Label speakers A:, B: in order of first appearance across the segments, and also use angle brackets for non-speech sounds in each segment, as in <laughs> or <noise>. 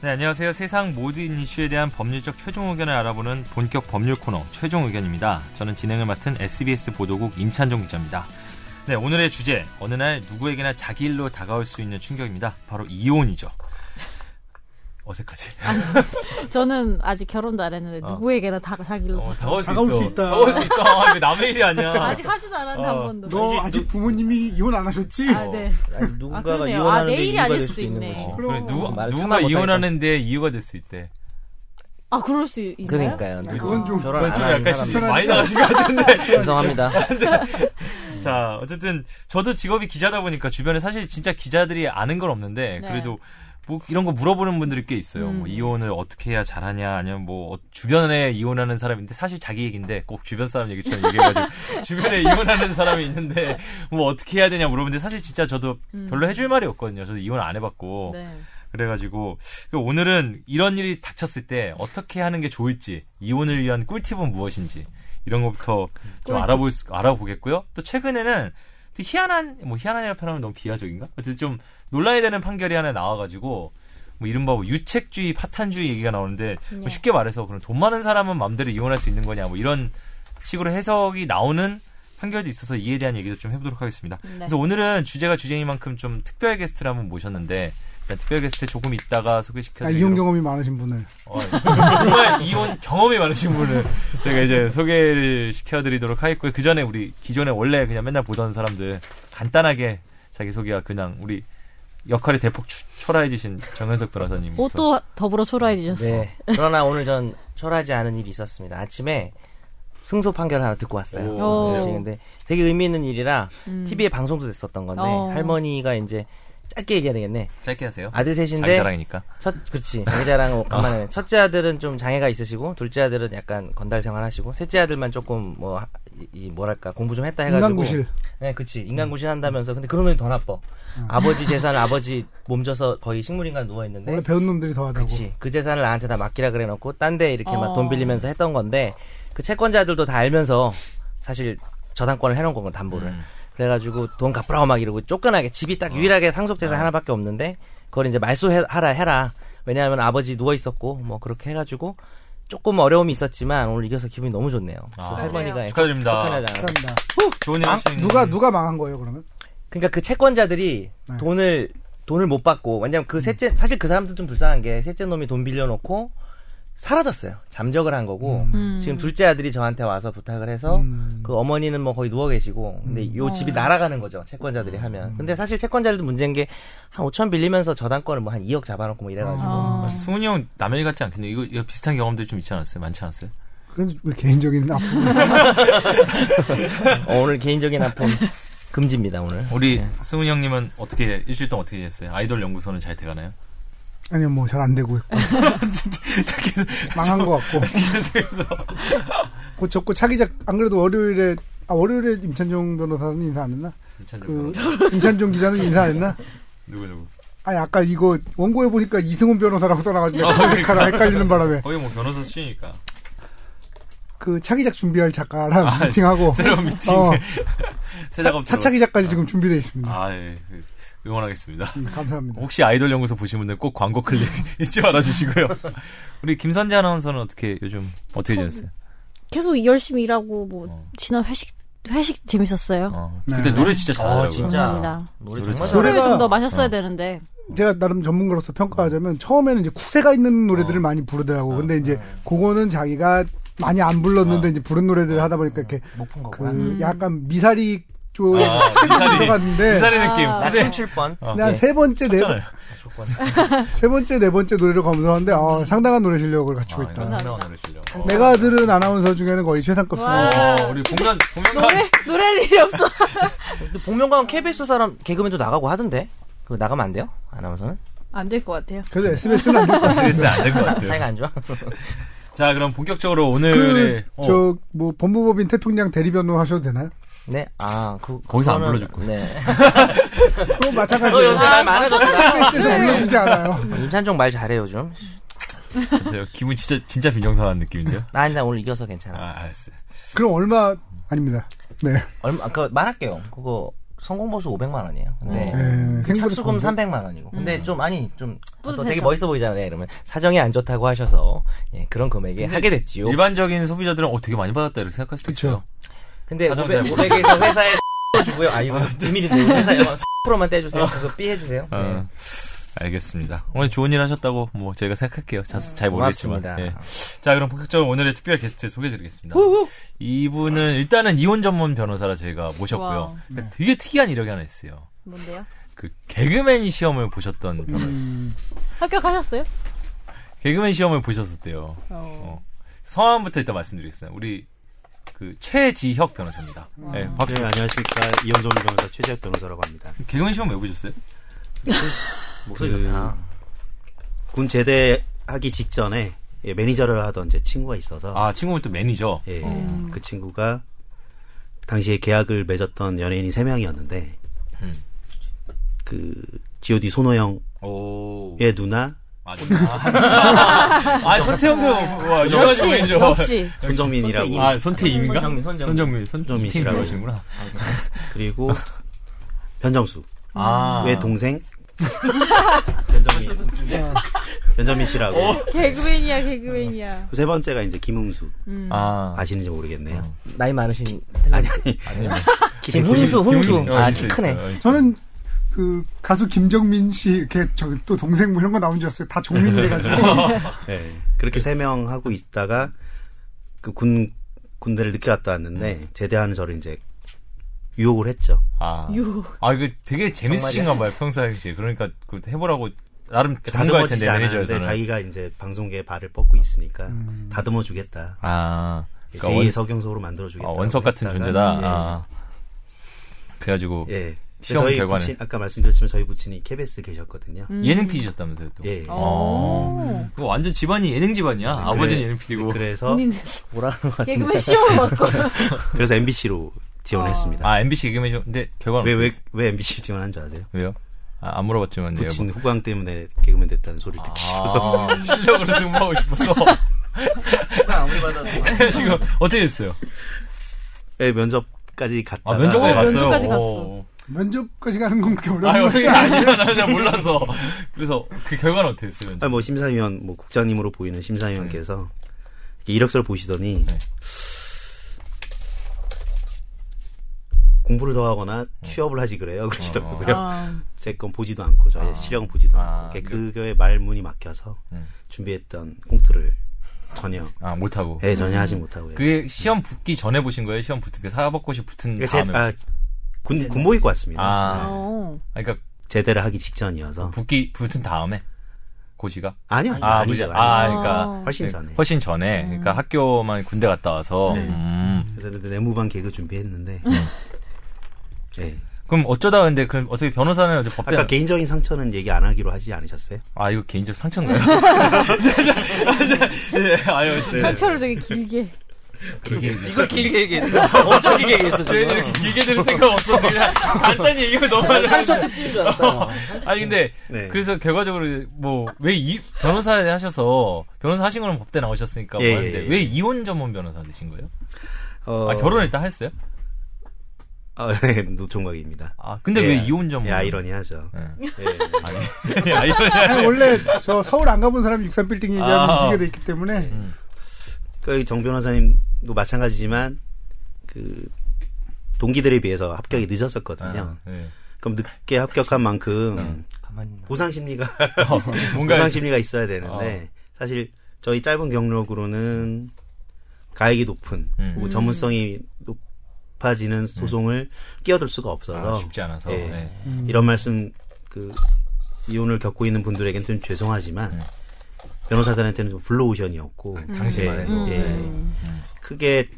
A: 네, 안녕하세요. 세상 모든 이슈에 대한 법률적 최종 의견을 알아보는 본격 법률 코너 최종 의견입니다. 저는 진행을 맡은 SBS 보도국 임찬종 기자입니다. 네, 오늘의 주제 어느 날 누구에게나 자기 일로 다가올 수 있는 충격입니다. 바로 이혼이죠. 어색하지?
B: 저는 아직 결혼도 안 했는데
A: 어.
B: 누구에게나 다 자기로
A: <laughs> 어,
B: 다.
A: 다가올 수
C: 다가올
A: 있어.
C: 수 있다.
A: 다가올 수 있다. 이거 남의 일이 아니야. <laughs>
B: 아직 하지도 않았는데
A: 어.
B: 한 번도.
C: 너 아직 부모님이 이혼 안 하셨지?
B: 아, 네.
D: 아니,
B: 아,
D: 누군가가
B: 그러네요. 아,
D: 이혼하는데
B: 내일이
D: 이유가
B: 아닐
D: 될
B: 수도
D: 수도 있는
B: 있네.
D: 거지.
A: 어,
C: 그럼.
A: 그래, 누가,
D: 말을
A: 누가
D: 참아
A: 이혼하는데 이유가 될 수 있대.
B: 아, 그럴 수 있나요? 아.
D: 그러니까요.
C: 그건 좀
D: 결혼
A: 그건
D: 안
A: 좀
D: 하는
A: 아, 약간
D: 사람
A: 씨, 많이 나가신 것 같은데.
D: 죄송합니다.
A: 자, 어쨌든 저도 직업이 기자다 보니까 주변에 사실 진짜 기자들이 아는 건 없는데
B: 네.
A: 그래도 뭐 이런 거 물어보는 분들이 꽤 있어요.
B: 음.
A: 뭐 이혼을 어떻게 해야 잘하냐 아니면 뭐 어- 주변에 이혼하는 사람인데 사실 자기 얘기인데 꼭 주변 사람 얘기처럼 얘기해가지고
B: <laughs>
A: 주변에 이혼하는 사람이 있는데 뭐 어떻게 해야 되냐 물어보는데 사실 진짜 저도
B: 음.
A: 별로 해줄 말이 없거든요. 저도 이혼 안 해봤고
B: 네.
A: 그래가지고 오늘은 이런 일이 닥쳤을 때 어떻게 하는 게 좋을지 이혼을 위한 꿀팁은 무엇인지 이런 것부터 좀
B: 꿀팁.
A: 알아볼 수, 알아보겠고요. 또 최근에는 또 희한한 뭐 희한한이라 표현하면 너무 비하적인가? 어쨌든 좀 논란이 되는 판결이 하나 나와가지고 뭐 이른바 뭐 유책주의, 파탄주의 얘기가 나오는데 뭐
B: 네.
A: 쉽게 말해서 그럼 돈 많은 사람은 마음대로 이혼할 수 있는 거냐 뭐 이런 식으로 해석이 나오는 판결도 있어서 이에 대한 얘기도 좀 해보도록 하겠습니다.
B: 네.
A: 그래서 오늘은 주제가 주제인 만큼 좀 특별 게스트를 한번 모셨는데 일단 특별 게스트 조금 있다가
C: 아,
A: 소개시켜드리도록
C: 이혼 경험이 많으신 분을.
A: 어, 정말 이혼 경험이 많으신 분을 제가 이제 소개를 시켜드리도록 하겠고요. 그 전에 우리 기존에 원래 그냥 맨날 보던 사람들 간단하게 자기소개와 그냥 우리 역할이 대폭 추- 초라해지신 정현석 변호사님.
B: 옷도 더불어 초라해지셨어.
D: 네. 그러나 오늘 전 철하지 않은 일이 있었습니다. 아침에 승소 판결 하나 듣고 왔어요.
A: 오.
D: 그래서 근데 되게 의미 있는 일이라
B: 음.
D: TV에 방송도 됐었던 건데
B: 어.
D: 할머니가 이제 짧게 얘기해야 되겠네.
A: 짧게 하세요.
D: 아들 셋인데
A: 장자랑이니까.
D: 첫 그렇지 장애자랑 간만에 첫째 아들은 좀 장애가 있으시고 둘째 아들은 약간 건달 생활하시고 셋째 아들만 조금 뭐 하- 이- 이 뭐랄까 공부 좀 했다 해가지고
C: 인간구실.
D: 네, 그치. 인간구신 한다면서.
A: 음.
D: 근데 그러면 더 나빠. 아버지 재산을 아버지 몸져서 거의 식물인간
A: 네.
D: 누워있는데.
C: 원래 배운 놈들이 더 하다고.
D: 그치. 그 재산을 나한테 다 맡기라 그래 놓고, 딴 데 이렇게 막
B: 어.
D: 돈 빌리면서 했던 건데, 그 채권자들도 다 알면서, 사실 저당권을 해놓은 거고, 담보를.
A: 음.
D: 그래가지고 돈 갚으라고 막 이러고, 쫓겨나게, 집이
A: 어.
D: 딱 유일하게 상속재산 하나밖에 없는데, 그걸 이제 말소하라 해라. 왜냐하면 아버지 누워있었고, 뭐 그렇게 해가지고, 조금 어려움이 있었지만, 오늘 이겨서 기분이 너무 좋네요. 그래서
A: 아.
D: 할머니가.
A: 축하드립니다.
D: 축하드립니다.
C: 감사합니다.
A: 좋은 일
C: 망-
A: 하시는
C: 아, 누가, 누가 망한 거예요, 그러면?
D: 그러니까 그 채권자들이
C: 네.
D: 돈을 돈을 못 받고 왜냐면 그 셋째 사실 그 사람도 좀 불쌍한 게 셋째 놈이 돈 빌려놓고 사라졌어요 잠적을 한 거고
B: 음.
D: 지금 둘째 아들이 저한테 와서 부탁을
A: 어?
D: 해서
C: 음.
D: 그 어머니는 뭐 거의 누워 계시고 근데 요 집이
B: 어.
D: 날아가는 거죠 채권자들이 하면 근데 사실 채권자들도 문제인 게 한 5천 빌리면서 저당권을 뭐 한 2억 잡아놓고 뭐 이래가지고
B: 어.
A: 승훈이 형 남의 일 같지 않겠네요. 이거, 이거 비슷한 경험들 좀 있지 않았어요? 많지 않았어요?
C: 그건 왜 개인적인 아픔.
D: 어, 오늘 개인적인
B: <laughs>
D: 아픔 금지입니다 오늘
A: 우리 승훈이 형님은 어떻게 일주일 동안 어떻게 지냈어요? 아이돌 연구소는 잘 돼가나요? <laughs>
C: 아니요, 뭐, 잘 안 되고 있고. 망한 것 같고.
A: 그 계속해서
C: 고쳤고, 차기작, 안 그래도 월요일에, 아, 월요일에 임찬종 변호사는 인사 안 했나?
A: 네,
C: 그,
A: 괜찮죠?
C: 임찬종 기자는 인사 안 했나?
A: 누구 누구?
C: 아니, 아까 이거 원고에 보니까 이승훈 변호사라고 써놔가지고
A: 아, 그러니까.
C: 헷갈려, 헷갈리는 바람에.
A: 거의 뭐 변호사 수준이니까.
C: 그 차기작 준비할 작가랑 미팅하고.
A: 아, 새로운 미팅.
C: 어,
A: 새 작업 들어-
C: 차차기작까지 지금 준비되어 있습니다.
A: 아, 예. 응원하겠습니다.
C: 음, 감사합니다.
A: 혹시 아이돌 연구소 보신 분들 꼭 광고
C: <laughs>
A: 클릭 <laughs> 잊지 말아주시고요. 우리 김선재 아나운서는 어떻게 요즘 어떻게 지냈어요?
B: 계속 열심히 일하고 뭐
A: 어.
B: 지난 회식 회식 재밌었어요.
A: 어.
C: 네.
A: 그때 노래 진짜 잘하더라고요.
D: 어, 진짜.
B: 감사합니다.
D: 노래
A: 노래 잘-
D: 정말 잘해
B: 노래를
C: 노래가-
B: 좀 더 마셨어야
A: 어.
B: 되는데.
C: 제가 나름 전문가로서 평가하자면 처음에는 이제 쿠세가 있는 노래들을
A: 어. 네.
C: 많이 부르더라고. 근데 이제 그거는 자기가 많이 안
A: 아.
C: 불렀는데 이제 부른 노래들을 하다 보니까 이렇게
D: 못본
C: 그
D: 거구나
C: 약간 미사리
A: 어.
C: 쪽
A: 음. 아, 미사리.
C: 들어갔는데
A: 기사리 느낌.
B: 아.
D: 나
A: 근데
D: 춤출 뻔
A: 어.
C: 그냥 세 번째 네,
A: 쳤잖아요.
D: 조건.
C: 세 번째 네 번째 노래를 검색하는데 어, 상당한 노래 실력을 갖추고
A: 아,
C: 있다. 네.
A: 이거 상당한
B: 감사합니다.
A: 노래 실력.
C: 내가 들은 아나운서 중에는 거의 최상급 수준.
B: 와.
A: 어, 우리 공연 공연관
B: 노래 노래할 일이 없어. <laughs>
D: 근데 복면가면 KBS 사람 개그맨도 나가고 하던데 그거 나가면 안 돼요? 아나운서는?
B: 안 될 것 같아요.
C: 그래도 SBS는 안 좋고
A: 스트레스 안 될 것 같아요.
D: 사이가 안 좋아?
A: 자, 그럼 본격적으로 오늘의 어,
C: 그저 뭐 법무법인 태평양 대리변호 하셔도 되나요?
D: <laughs> 네, 아, 그,
A: 거기서 안
D: 그거는-
A: 불러줄 거예요. <laughs>
D: 네.
C: 그거
A: 어,
D: 너 요새
C: 마찬가지예요.
D: 말 많아졌다.
C: SBS에서 올려주지 않아요.
D: 임찬종 말 잘해, 요즘.
A: 보세요. 기분 진짜 진짜 빈정상한 느낌인데요.
D: 나, 나 아, 오늘 이겨서 괜찮아.
A: 아, 알았어요.
C: 그럼 얼마 아닙니다. 네.
D: 얼마, 아까 말할게요. 그거 성공 보수 500만 원이에요. 근데
A: 네.
E: 음.
D: 그
E: 예, 생각보다
D: 착수금
E: 좋은데?
D: 300만 원이고. 근데 좀 아니 좀
B: 뿌듯해서.
D: 되게 멋있어 보이잖아요. 이러면 사정이 안 좋다고 하셔서 예, 그런 금액에 하게 됐지요.
A: 일반적인 소비자들은 어 되게 많이 받았다 이렇게 생각할 수도
E: 그쵸.
A: 있어요.
D: 근데
A: 사정
D: 500,
A: 잘
D: 500에서 회사에 <laughs> 주고요. 아 이거 비밀인데 회사에 <laughs> 4%만 떼주세요. 그거 삐 해주세요.
A: 네. 어,
D: 네.
A: 알겠습니다. 오늘 좋은 일 하셨다고 뭐 저희가 생각할게요. 자, 잘 모르겠지만.
D: 고맙습니다.
A: 예. 자, 그럼 본격적으로 오늘의 특별 게스트 소개해드리겠습니다. 이분은 일단은 이혼 전문 변호사라 저희가 모셨고요.
B: 와우.
A: 근데 되게 특이한 이력이 하나 있어요.
B: 뭔데요?
A: 그 개그맨 시험을 보셨던 변호사.
E: 음,
B: 합격하셨어요?
A: 개그맨 시험을 보셨었대요.
B: 어.
A: 어. 성함부터 일단 말씀드리겠습니다. 우리 그 최지혁 변호사입니다. 예, 박수.
F: 네, 안녕하십니까. 이현종 변호사 최재혁 변호사라고 합니다.
A: 개그맨 시험 왜 보셨어요?
D: 목소리
F: 그-
D: 좋다.
F: 군 제대하기 직전에 예, 매니저를 하던 제 친구가 있어서
A: 아, 친구분 또 매니저.
F: 예, 그 친구가 당시에 계약을 맺었던 연예인이 3명이었는데
A: 음.
F: 그 G.O.D 손호영의
A: 오.
F: 예. 누나
A: 아, 아, 아, 손태형도 와, 유명하신
B: 역시
A: 매니저. <laughs>
B: 역시
F: 손정민이라고
A: 아, 손태임인가?
D: 손정민, 손정민.
A: 손정민,
F: 손정민 씨라고
A: 하시는구나.
F: 그리고 변정수
A: 아.
F: 의 동생 변정민 변정민 씨라고
B: 어. 개그맨이야 개그맨이야.
F: 세 번째가 이제 김웅수
A: 아.
F: 아시는지 모르겠네요.
D: 나이 많으신
F: 아니 아니
A: 아니요.
D: 김훈수 훈수
A: 어,
D: 아키
A: 있어요,
D: 크네.
A: 있어요, 있어요.
E: 저는 그 가수 김정민 씨 이렇게 저 또 동생 뭐 이런 거 나온 줄 알았어요. 다 종민이래가지고
A: 네.
F: 예, 그렇게 세 명 하고 있다가 그 군 군대를 늦게 갔다 왔는데
A: 음.
F: 제대하는 저를 이제 유혹을 했죠.
A: 아.
B: 유.
A: 아, 이거 되게 재밌으신가 봐요, 평상시에. 그러니까 그 해보라고 나름 전문가일 텐데,
F: 다듬어지지 않았는데
A: 매니저에서는.
F: 자기가 이제 방송계에 발을 뻗고 있으니까 다듬어 주겠다.
A: 아. 그러니까
F: 예, 제2의
A: 원-
F: 서경석으로 만들어 주겠다.
A: 아, 원석 같은 존재다. 아. 그래가지고
F: 예.
A: 시험
F: 저희
A: 결과는?
F: 부친 아까 말씀드렸지만 저희 부친이 KBS 계셨거든요.
B: 음.
A: 예능 PD셨다면서요 또.
F: 예.
A: 어. 그거 완전 집안이 예능 집안이야. 아버지는 예능 PD고.
F: 그래서
B: 본인
D: 뭐라는
A: 어?
D: 거
B: 개그맨 시험을 봤고
A: <laughs>
F: 그래서 MBC로 지원했습니다.
A: 아 MBC 개그맨 좀. 근데 결과는
F: 왜 왜 왜
A: 어떻게
F: MBC 지원한 줄 아세요?
A: 됐어요? 왜요? 아, 안 물어봤지만 내가
F: 부친 후광 때문에 개그맨 됐다는 소리 듣기 싫어서
A: 아, <laughs> 실력으로 승부하고 싶어서. <laughs> 그래, 지금 어떻게 됐어요?
F: 예, 면접까지 네, 갔다.
A: 아 면접까지
B: 어,
A: 갔어요.
B: 면접까지 갔어.
A: 오.
E: 면접까지 가는 건 그렇게
A: 아
E: 어려운
A: 여기
E: 거지.
A: 아니야 나는 잘 몰라서. 그래서 그 결과는 어떻게 됐어요? 면접?
F: 아, 뭐 심사위원, 뭐 국장님으로 보이는 심사위원께서 이렇게 이력서를 보시더니
A: 네.
F: 공부를 더 하거나 취업을 하지 그래요 <laughs> 그러시더라고요.
B: 아,
F: 제 건 보지도 않고 저의
A: 아.
F: 실력은 보지도
A: 아,
F: 않고 그게 그거에 말문이 막혀서
A: 음.
F: 준비했던 콩트를 전혀
A: 아 못하고.
F: 예, 전혀 하지 못하고요.
A: 그게 시험 붙기 전에 보신 거예요? 시험 붙은 게 사법고시 붙은
F: 그게 제,
A: 다음에.
F: 아, 군 군복 입고 왔습니다.
A: 아.
B: 어.
A: 아, 그러니까
F: 제대를 하기 직전이어서
A: 붙기 붙은 다음에 고시가.
F: 아니요 아니요
A: 아,
F: 아니죠.
A: 무지-
F: 아니죠.
A: 아, 그러니까
F: 훨씬 전에. 네.
A: 훨씬 전에. 그러니까 학교만 군대 갔다 와서. 음.
F: 그래서 내무반 개그 준비했는데 <laughs> 예.
A: 그럼 어쩌다 근데 그럼 어떻게 변호사는 어제 법대
F: 아까 개인적인 상처는 얘기 안 하기로 하지 않으셨어요?
A: 아 이거 개인적 상처인가요? 예, 아유 어쨌든
B: 상처를 되게 길게.
A: 그게
D: 이걸 길게 <laughs> 얘기했어. 엄청 길게 얘기했어. 지금.
A: 저희는 길게 들을 생각 없었는데 그냥 간단히 얘기하면 너무 많이
D: 상처 특집인 줄
A: <laughs>
D: 알았다.
A: 아니 근데
F: 네.
A: 그래서 결과적으로 뭐 왜 이 변호사 하셔서 변호사 하신 거는 법대 나오셨으니까
F: 예,
A: 뭐하는데
F: 예, 예.
A: 왜 이혼 전문 변호사 되신 거예요?
F: 어,
A: 아 결혼 일단 했어요?
F: 아, 네, <laughs> 노총각입니다.
A: 아 근데 왜 이혼 전문?
F: 예, 아이러니하죠.
A: 예. <laughs>
F: 예.
A: 예, 아이러니.
E: 아니, 원래 저 서울 안 가본 사람이 63빌딩 얘기하면
A: 아.
E: 이기게 돼 있기 때문에
F: 그정 변호사님도 마찬가지지만 그 동기들에 비해서 합격이 늦었었거든요.
A: 아, 예.
F: 그럼 늦게 합격한 만큼
D: 가만히 있나.
F: 보상 심리가
A: 어, <laughs> 뭔가
F: 보상 심리가 있어야 되는데 사실 저희 짧은 경력으로는 가액이 높은
A: 음. 네.
F: 혹은 전문성이 높아지는 소송을 끼어들 수가 없어서
A: 아, 쉽지 않아서.
F: 예.
A: 예.
F: 이런 말씀 그 이혼을 겪고 있는 분들에게는 좀 죄송하지만 변호사들한테는 좀 블루오션이었고
A: 네. 당시만
F: 예,
A: 해도.
F: 예.
A: 음.
F: 크게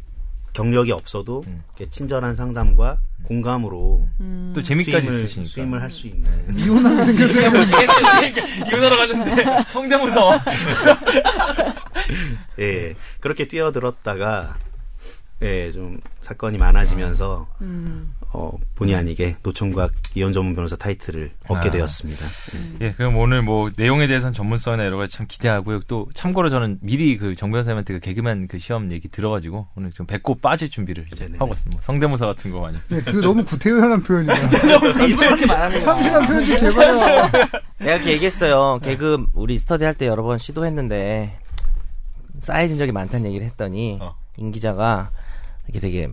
F: 경력이 없어도 이렇게 친절한 상담과 공감으로
A: 또 재미까지
F: 수임을,
A: 음. 있으시니까. 네.
F: 수임을 할 수 있는
E: 이혼하게 생겼어요.
A: <laughs> 이혼하러 갔는데
F: <laughs>
A: 성대모사. 음.
F: 예
A: 음.
F: 그렇게 뛰어들었다가 예 좀 사건이 많아지면서 어, 본의 아니게 노총각 이혼 전문 변호사 타이틀을 얻게
A: 아.
F: 되었습니다.
A: 예, 그럼 오늘 뭐 내용에 대해서는 전문성이나 여러 가지 참 기대하고요. 또 참고로 저는 미리 그 정 변호사님한테 그 개그맨 그 시험 얘기 들어가지고 오늘 좀 배꼽 빠질 준비를 이제
F: 네네네.
A: 하고 있습니다. 뭐 성대모사 같은 거 많이.
E: 네, 그게 너무 구태연한 표현이야.
D: 이렇게 말하는
E: 참신한 표현 좀 제발요.
D: 내가 이렇게 얘기했어요.
A: 네.
D: 개그 우리 스터디 할 때 여러 번 시도했는데 쌓여진 적이 많다는 얘기를 했더니
A: 어.
D: 임 기자가 이렇게 되게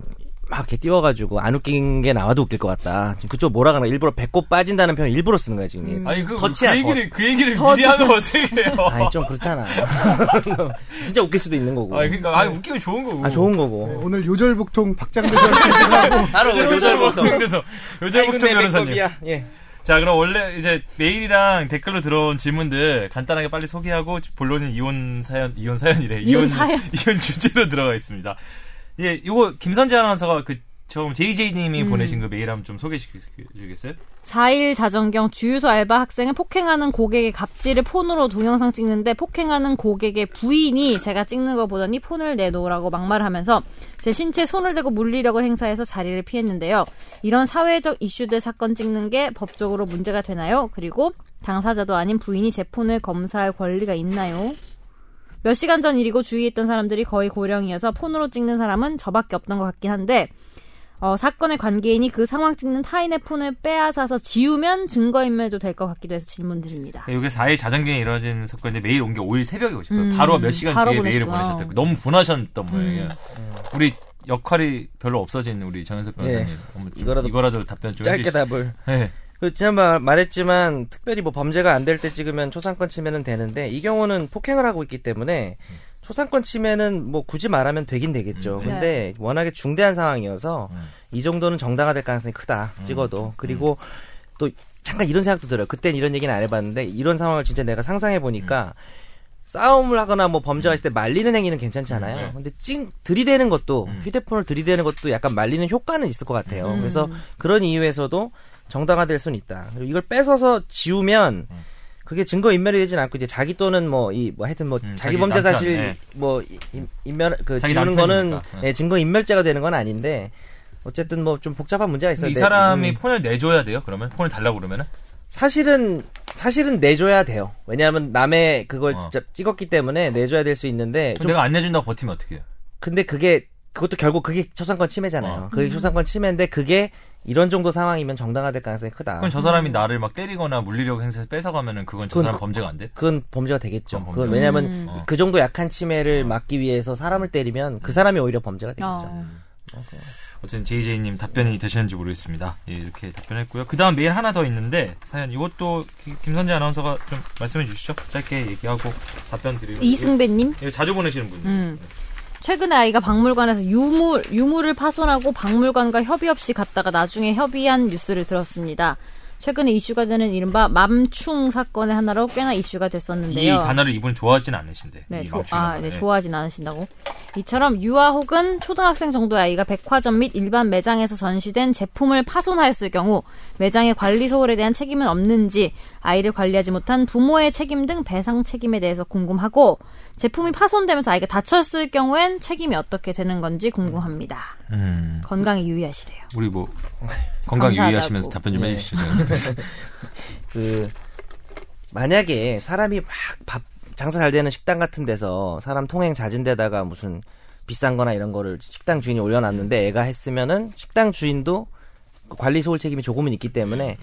D: 막 이렇게 띄워가지고 안 웃긴 게 나와도 웃길 것 같다. 지금 그쪽 뭐라 그러나 일부러 배꼽 빠진다는 표현 일부러 쓰는 거야 지금. 얘.
A: 아니 그,
D: 덧치야, 그 얘기를-
A: 그 얘기를 미리 하면 어떻게 해요?
D: 아니
A: <laughs>
D: 좀 그렇잖아. <laughs> 진짜 웃길 수도 있는 거고.
A: 그러니까 아 웃기면 좋은 거고.
D: 아 좋은 거고.
E: 오늘 요절복통 박장대전
A: 네.
E: 하고
D: 바로
A: 요절복통 돼서 요절복통 변호사님.
D: 예.
A: 자, 그럼 원래 이제 메일이랑 댓글로 들어온 질문들 간단하게 빨리 소개하고 본론인 이혼 사연, 이혼 사연이래.
B: 이혼 사연.
A: <laughs> 이혼 주제로 들어가 있습니다. 예, 이거 김선재 아나운서가 그 처음 JJ님이
B: 음.
A: 보내신 그 메일 한번 좀 소개시켜주겠어요?
B: 4일 자정경 주유소 알바 학생을 폭행하는 고객의 갑질을 폰으로 동영상 찍는데 폭행하는 고객의 부인이 제가 찍는 거 보더니 폰을 내놓으라고 막말하면서 제 신체에 손을 대고 물리력을 행사해서 자리를 피했는데요. 이런 사회적 이슈들 사건 찍는 게 법적으로 문제가 되나요? 그리고 당사자도 아닌 부인이 제 폰을 검사할 권리가 있나요? 몇 시간 전 일이고 주위에 있던 사람들이 거의 고령이어서 폰으로 찍는 사람은 저밖에 없던 것 같긴 한데 어, 사건의 관계인이 그 상황 찍는 타인의 폰을 빼앗아서 지우면 증거인멸도 될 것 같기도 해서 질문드립니다.
A: 이게 4일 자정경에 이뤄진 사건인데 메일 온 게 5일 새벽에 오셨고요.
B: 음,
A: 바로 몇 시간
B: 바로
A: 뒤에 메일을
B: 보내셨구나. 음.
A: 보내셨다고. 너무 분하셨던 모양이에요. 우리 역할이 별로 없어진 우리 정현석 변호사님.
D: 예.
A: 한번 좀
D: 이거라도
A: 이거라도 답변 좀
D: 짧게
A: 해주시죠.
D: 답을.
A: 예.
D: 그 지난번 말했지만 특별히 뭐 범죄가 안 될 때 찍으면 초상권 침해는 되는데 이 경우는 폭행을 하고 있기 때문에 초상권 침해는 뭐 굳이 말하면 되긴 되겠죠.
A: 음.
D: 근데 워낙에 중대한 상황이어서
A: 음.
D: 이 정도는 정당화될 가능성이 크다. 찍어도 그리고 또 잠깐 이런 생각도 들어요. 그땐 이런 얘기는 안 해봤는데 이런 상황을 진짜 내가 상상해
A: 음.
D: 보니까 싸움을 하거나 뭐 범죄할 때 말리는 행위는 괜찮잖아요.
A: 네.
D: 근데 찡 들이대는 것도
A: 음.
D: 휴대폰을 들이대는 것도 약간 말리는 효과는 있을 것 같아요.
B: 음.
D: 그래서 그런 이유에서도 정당화될 수는 있다. 그리고 이걸 뺏어서 지우면
A: 음.
D: 그게 증거 인멸이 되진 않고 이제 자기 또는 뭐 이 뭐 하여튼 뭐
A: 음, 자기
D: 자기 범죄
A: 남편,
D: 사실
A: 네.
D: 뭐 이- 이- 인멸 그
A: 자기
D: 지우는
A: 남편이니까.
D: 거는
A: 네.
D: 예, 증거 인멸죄가 되는 건 아닌데 어쨌든 뭐 좀 복잡한 문제가 있어요.
A: 근데 이
D: 내-
A: 사람이
D: 음.
A: 폰을 내줘야 돼요, 그러면? 폰을 달라고 그러면은?
D: 사실은 사실은 내줘야 돼요. 왜냐하면 남의 그걸
A: 어.
D: 직접 찍었기 때문에 내줘야 될 수
A: 그럼
D: 있는데 네, 좀
A: 내가 안 내준다고 버티면 어떻게 해요?
D: 근데 그게 그것도 결국 그게 초상권 침해잖아요.
A: 어.
B: 음.
D: 그게 초상권 침해인데 그게 이런 정도 상황이면 정당화될 가능성이 크다.
A: 그럼 저 사람이 나를 막 때리거나 물리력 행사해서 뺏어가면은 그건 저
D: 아. 그건
A: 사람
D: 그-
A: 범죄가 안 돼?
D: 그건 범죄가 되겠죠.
A: 그건 범죄.
D: 그건 왜냐하면
B: 음.
A: 어.
D: 그 정도 약한 침해를 막기 위해서 사람을 때리면
A: 음.
D: 그 사람이 오히려 범죄가 되겠죠.
B: 어.
A: 어쨌든 JJ님 답변이 되셨는지 모르겠습니다. 예, 이렇게 답변했고요. 그 다음 메일 하나 더 있는데, 사연, 이것도 기- 김선재 아나운서가 좀 말씀해 주시죠. 짧게 얘기하고 답변 드리고.
B: 이승배님?
A: 이거 자주 보내시는 분이에요.
B: 음. 최근에 아이가 박물관에서 유물, 유물을 파손하고 박물관과 협의 없이 갔다가 나중에 협의한 뉴스를 들었습니다. 최근에 이슈가 되는 이른바 맘충 사건의 하나로 꽤나 이슈가
A: 이
B: 됐었는데요.
A: 단어를 이분 좋아하진 않으신데.
B: 네,
A: 이
B: 조,
A: 망치는
B: 아,
A: 거.
B: 네,
A: 예.
B: 좋아하진 않으신다고. 이처럼 유아 혹은 초등학생 정도의 아이가 백화점 및 일반 매장에서 전시된 제품을 파손하였을 경우 매장의 관리 소홀에 대한 책임은 없는지 아이를 관리하지 못한 부모의 책임 등 배상 책임에 대해서 궁금하고 제품이 파손되면서 아이가 다쳤을 경우엔 책임이 어떻게 되는 건지 궁금합니다.
A: 음,
B: 건강에 유의하시래요.
A: 우리 뭐, 건강
B: 감사하다고.
A: 유의하시면서 답변 좀
D: 예.
A: 해주시죠.
D: 그 만약에 사람이 막 밥 장사 잘 되는 식당 같은 데서 사람 통행 잦은 데다가 무슨 비싼 거나 이런 거를 식당 주인이 올려놨는데 애가 했으면은 식당 주인도 그 관리 소홀 책임이 조금은 있기 때문에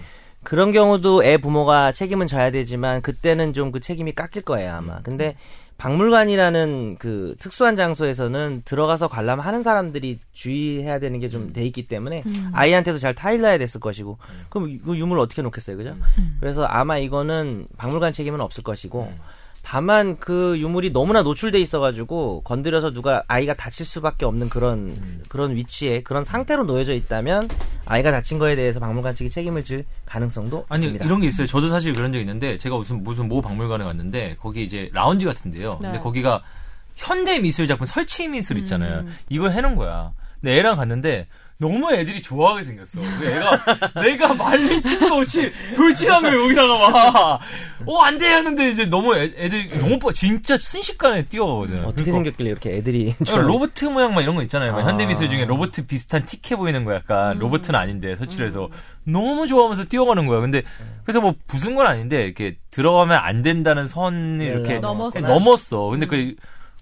D: 그런 경우도 애 부모가 책임은 져야 되지만 그때는 좀 그 책임이 깎일 거예요 아마 근데 박물관이라는 그 특수한 장소에서는 들어가서 관람하는 사람들이 주의해야 되는 게 좀 돼 있기 때문에 아이한테도 잘 타일러야 됐을 것이고 그럼 이 유물을 어떻게 놓겠어요 그죠 그래서 아마 이거는 박물관 책임은 없을 것이고 다만 그 유물이 너무나 노출돼 있어가지고 건드려서 누가 아이가 다칠 수밖에 없는 그런
A: 음.
D: 그런 위치에 그런 상태로 놓여져 있다면 아이가 다친 거에 대해서 박물관 측이 책임을 질 가능성도
A: 아니
D: 있습니다.
A: 이런 게 있어요. 저도 사실 그런 적 있는데 제가 무슨 무슨 모 박물관에 갔는데 거기 이제 라운지 같은데요. 근데
B: 네.
A: 거기가 현대 미술 작품 설치 미술 있잖아요. 이걸 해놓은 거야. 근데 애랑 갔는데 너무 애들이 좋아하게 생겼어. 근데 얘가 <laughs> 내가 말린 틈도 없이 돌진하면 여기다가 막, 어, 안 돼! 하는데 이제 너무 애, 애들이 너무 빠, 진짜 순식간에 뛰어가거든.
D: 어떻게 생겼길래 이렇게 애들이 <laughs>
A: 그러니까 로봇 모양 막 이런 거 있잖아요. 막
D: 아.
A: 현대 미술 중에 로봇 비슷한 틱해 보이는 거 약간 로봇은 아닌데 설치를 해서 너무 좋아하면서 뛰어가는 거야. 근데 그래서 뭐 부순 건 아닌데 이렇게 들어가면 안 된다는 선이 이렇게
B: 넘었어요?
A: 네, 넘었어. 근데 그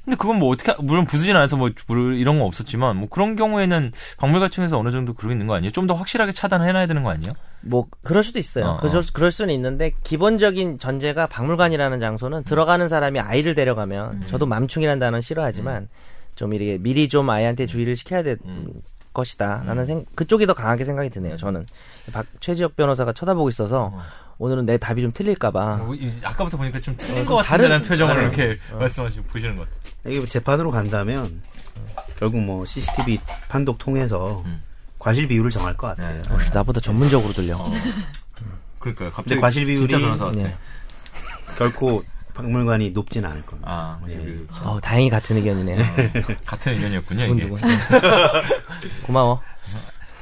A: 근데 그건 뭐 어떻게 물론 부수진 않아서 뭐 물- 이런 건 없었지만 뭐 그런 경우에는 박물관청에서 어느 정도 그러고 있는 거 아니에요? 좀 더 확실하게 차단해놔야 되는 거 아니에요?
D: 뭐 그럴 수도 있어요.
A: 어, 어.
D: 그럴, 수- 그럴 수는 있는데 기본적인 전제가 박물관이라는 장소는 들어가는 사람이 아이를 데려가면
A: 음.
D: 저도 맘충이라는 단어는 싫어하지만 좀 이렇게 미리 좀 아이한테 주의를 시켜야 될
A: 음.
D: 것이다라는 생 그쪽이 더 강하게 생각이 드네요. 저는 박 최지혁 변호사가 쳐다보고 있어서 오늘은 내 답이 좀 틀릴까봐
A: 어, 이- 아까부터 보니까 좀 어. 틀린 것
D: 어, 좀
A: 같은데라는
D: 다른-
A: 표정으로
F: 네.
A: 이렇게 말씀하시고 보시는 것 같아요.
F: 예. 이게 재판으로 간다면 결국 뭐 CCTV 판독 통해서
A: 음.
F: 과실 비율을 정할 것 같아요.
A: 네.
D: 역시 나보다 전문적으로 들려.
A: 어. 그러니까요. 갑자기
F: 근데 과실 비율이
A: 진짜 변호사 같아.
D: 네.
F: 결코 박물관이 높진 않을 겁니다.
A: 아, 과실
F: 예.
A: 비율.
D: <laughs> 어, 다행히 같은 의견이네요.
A: <laughs> 같은 의견이었군요.
D: 두분
A: 이게.
D: 두분.
A: 네.
D: <laughs> 고마워.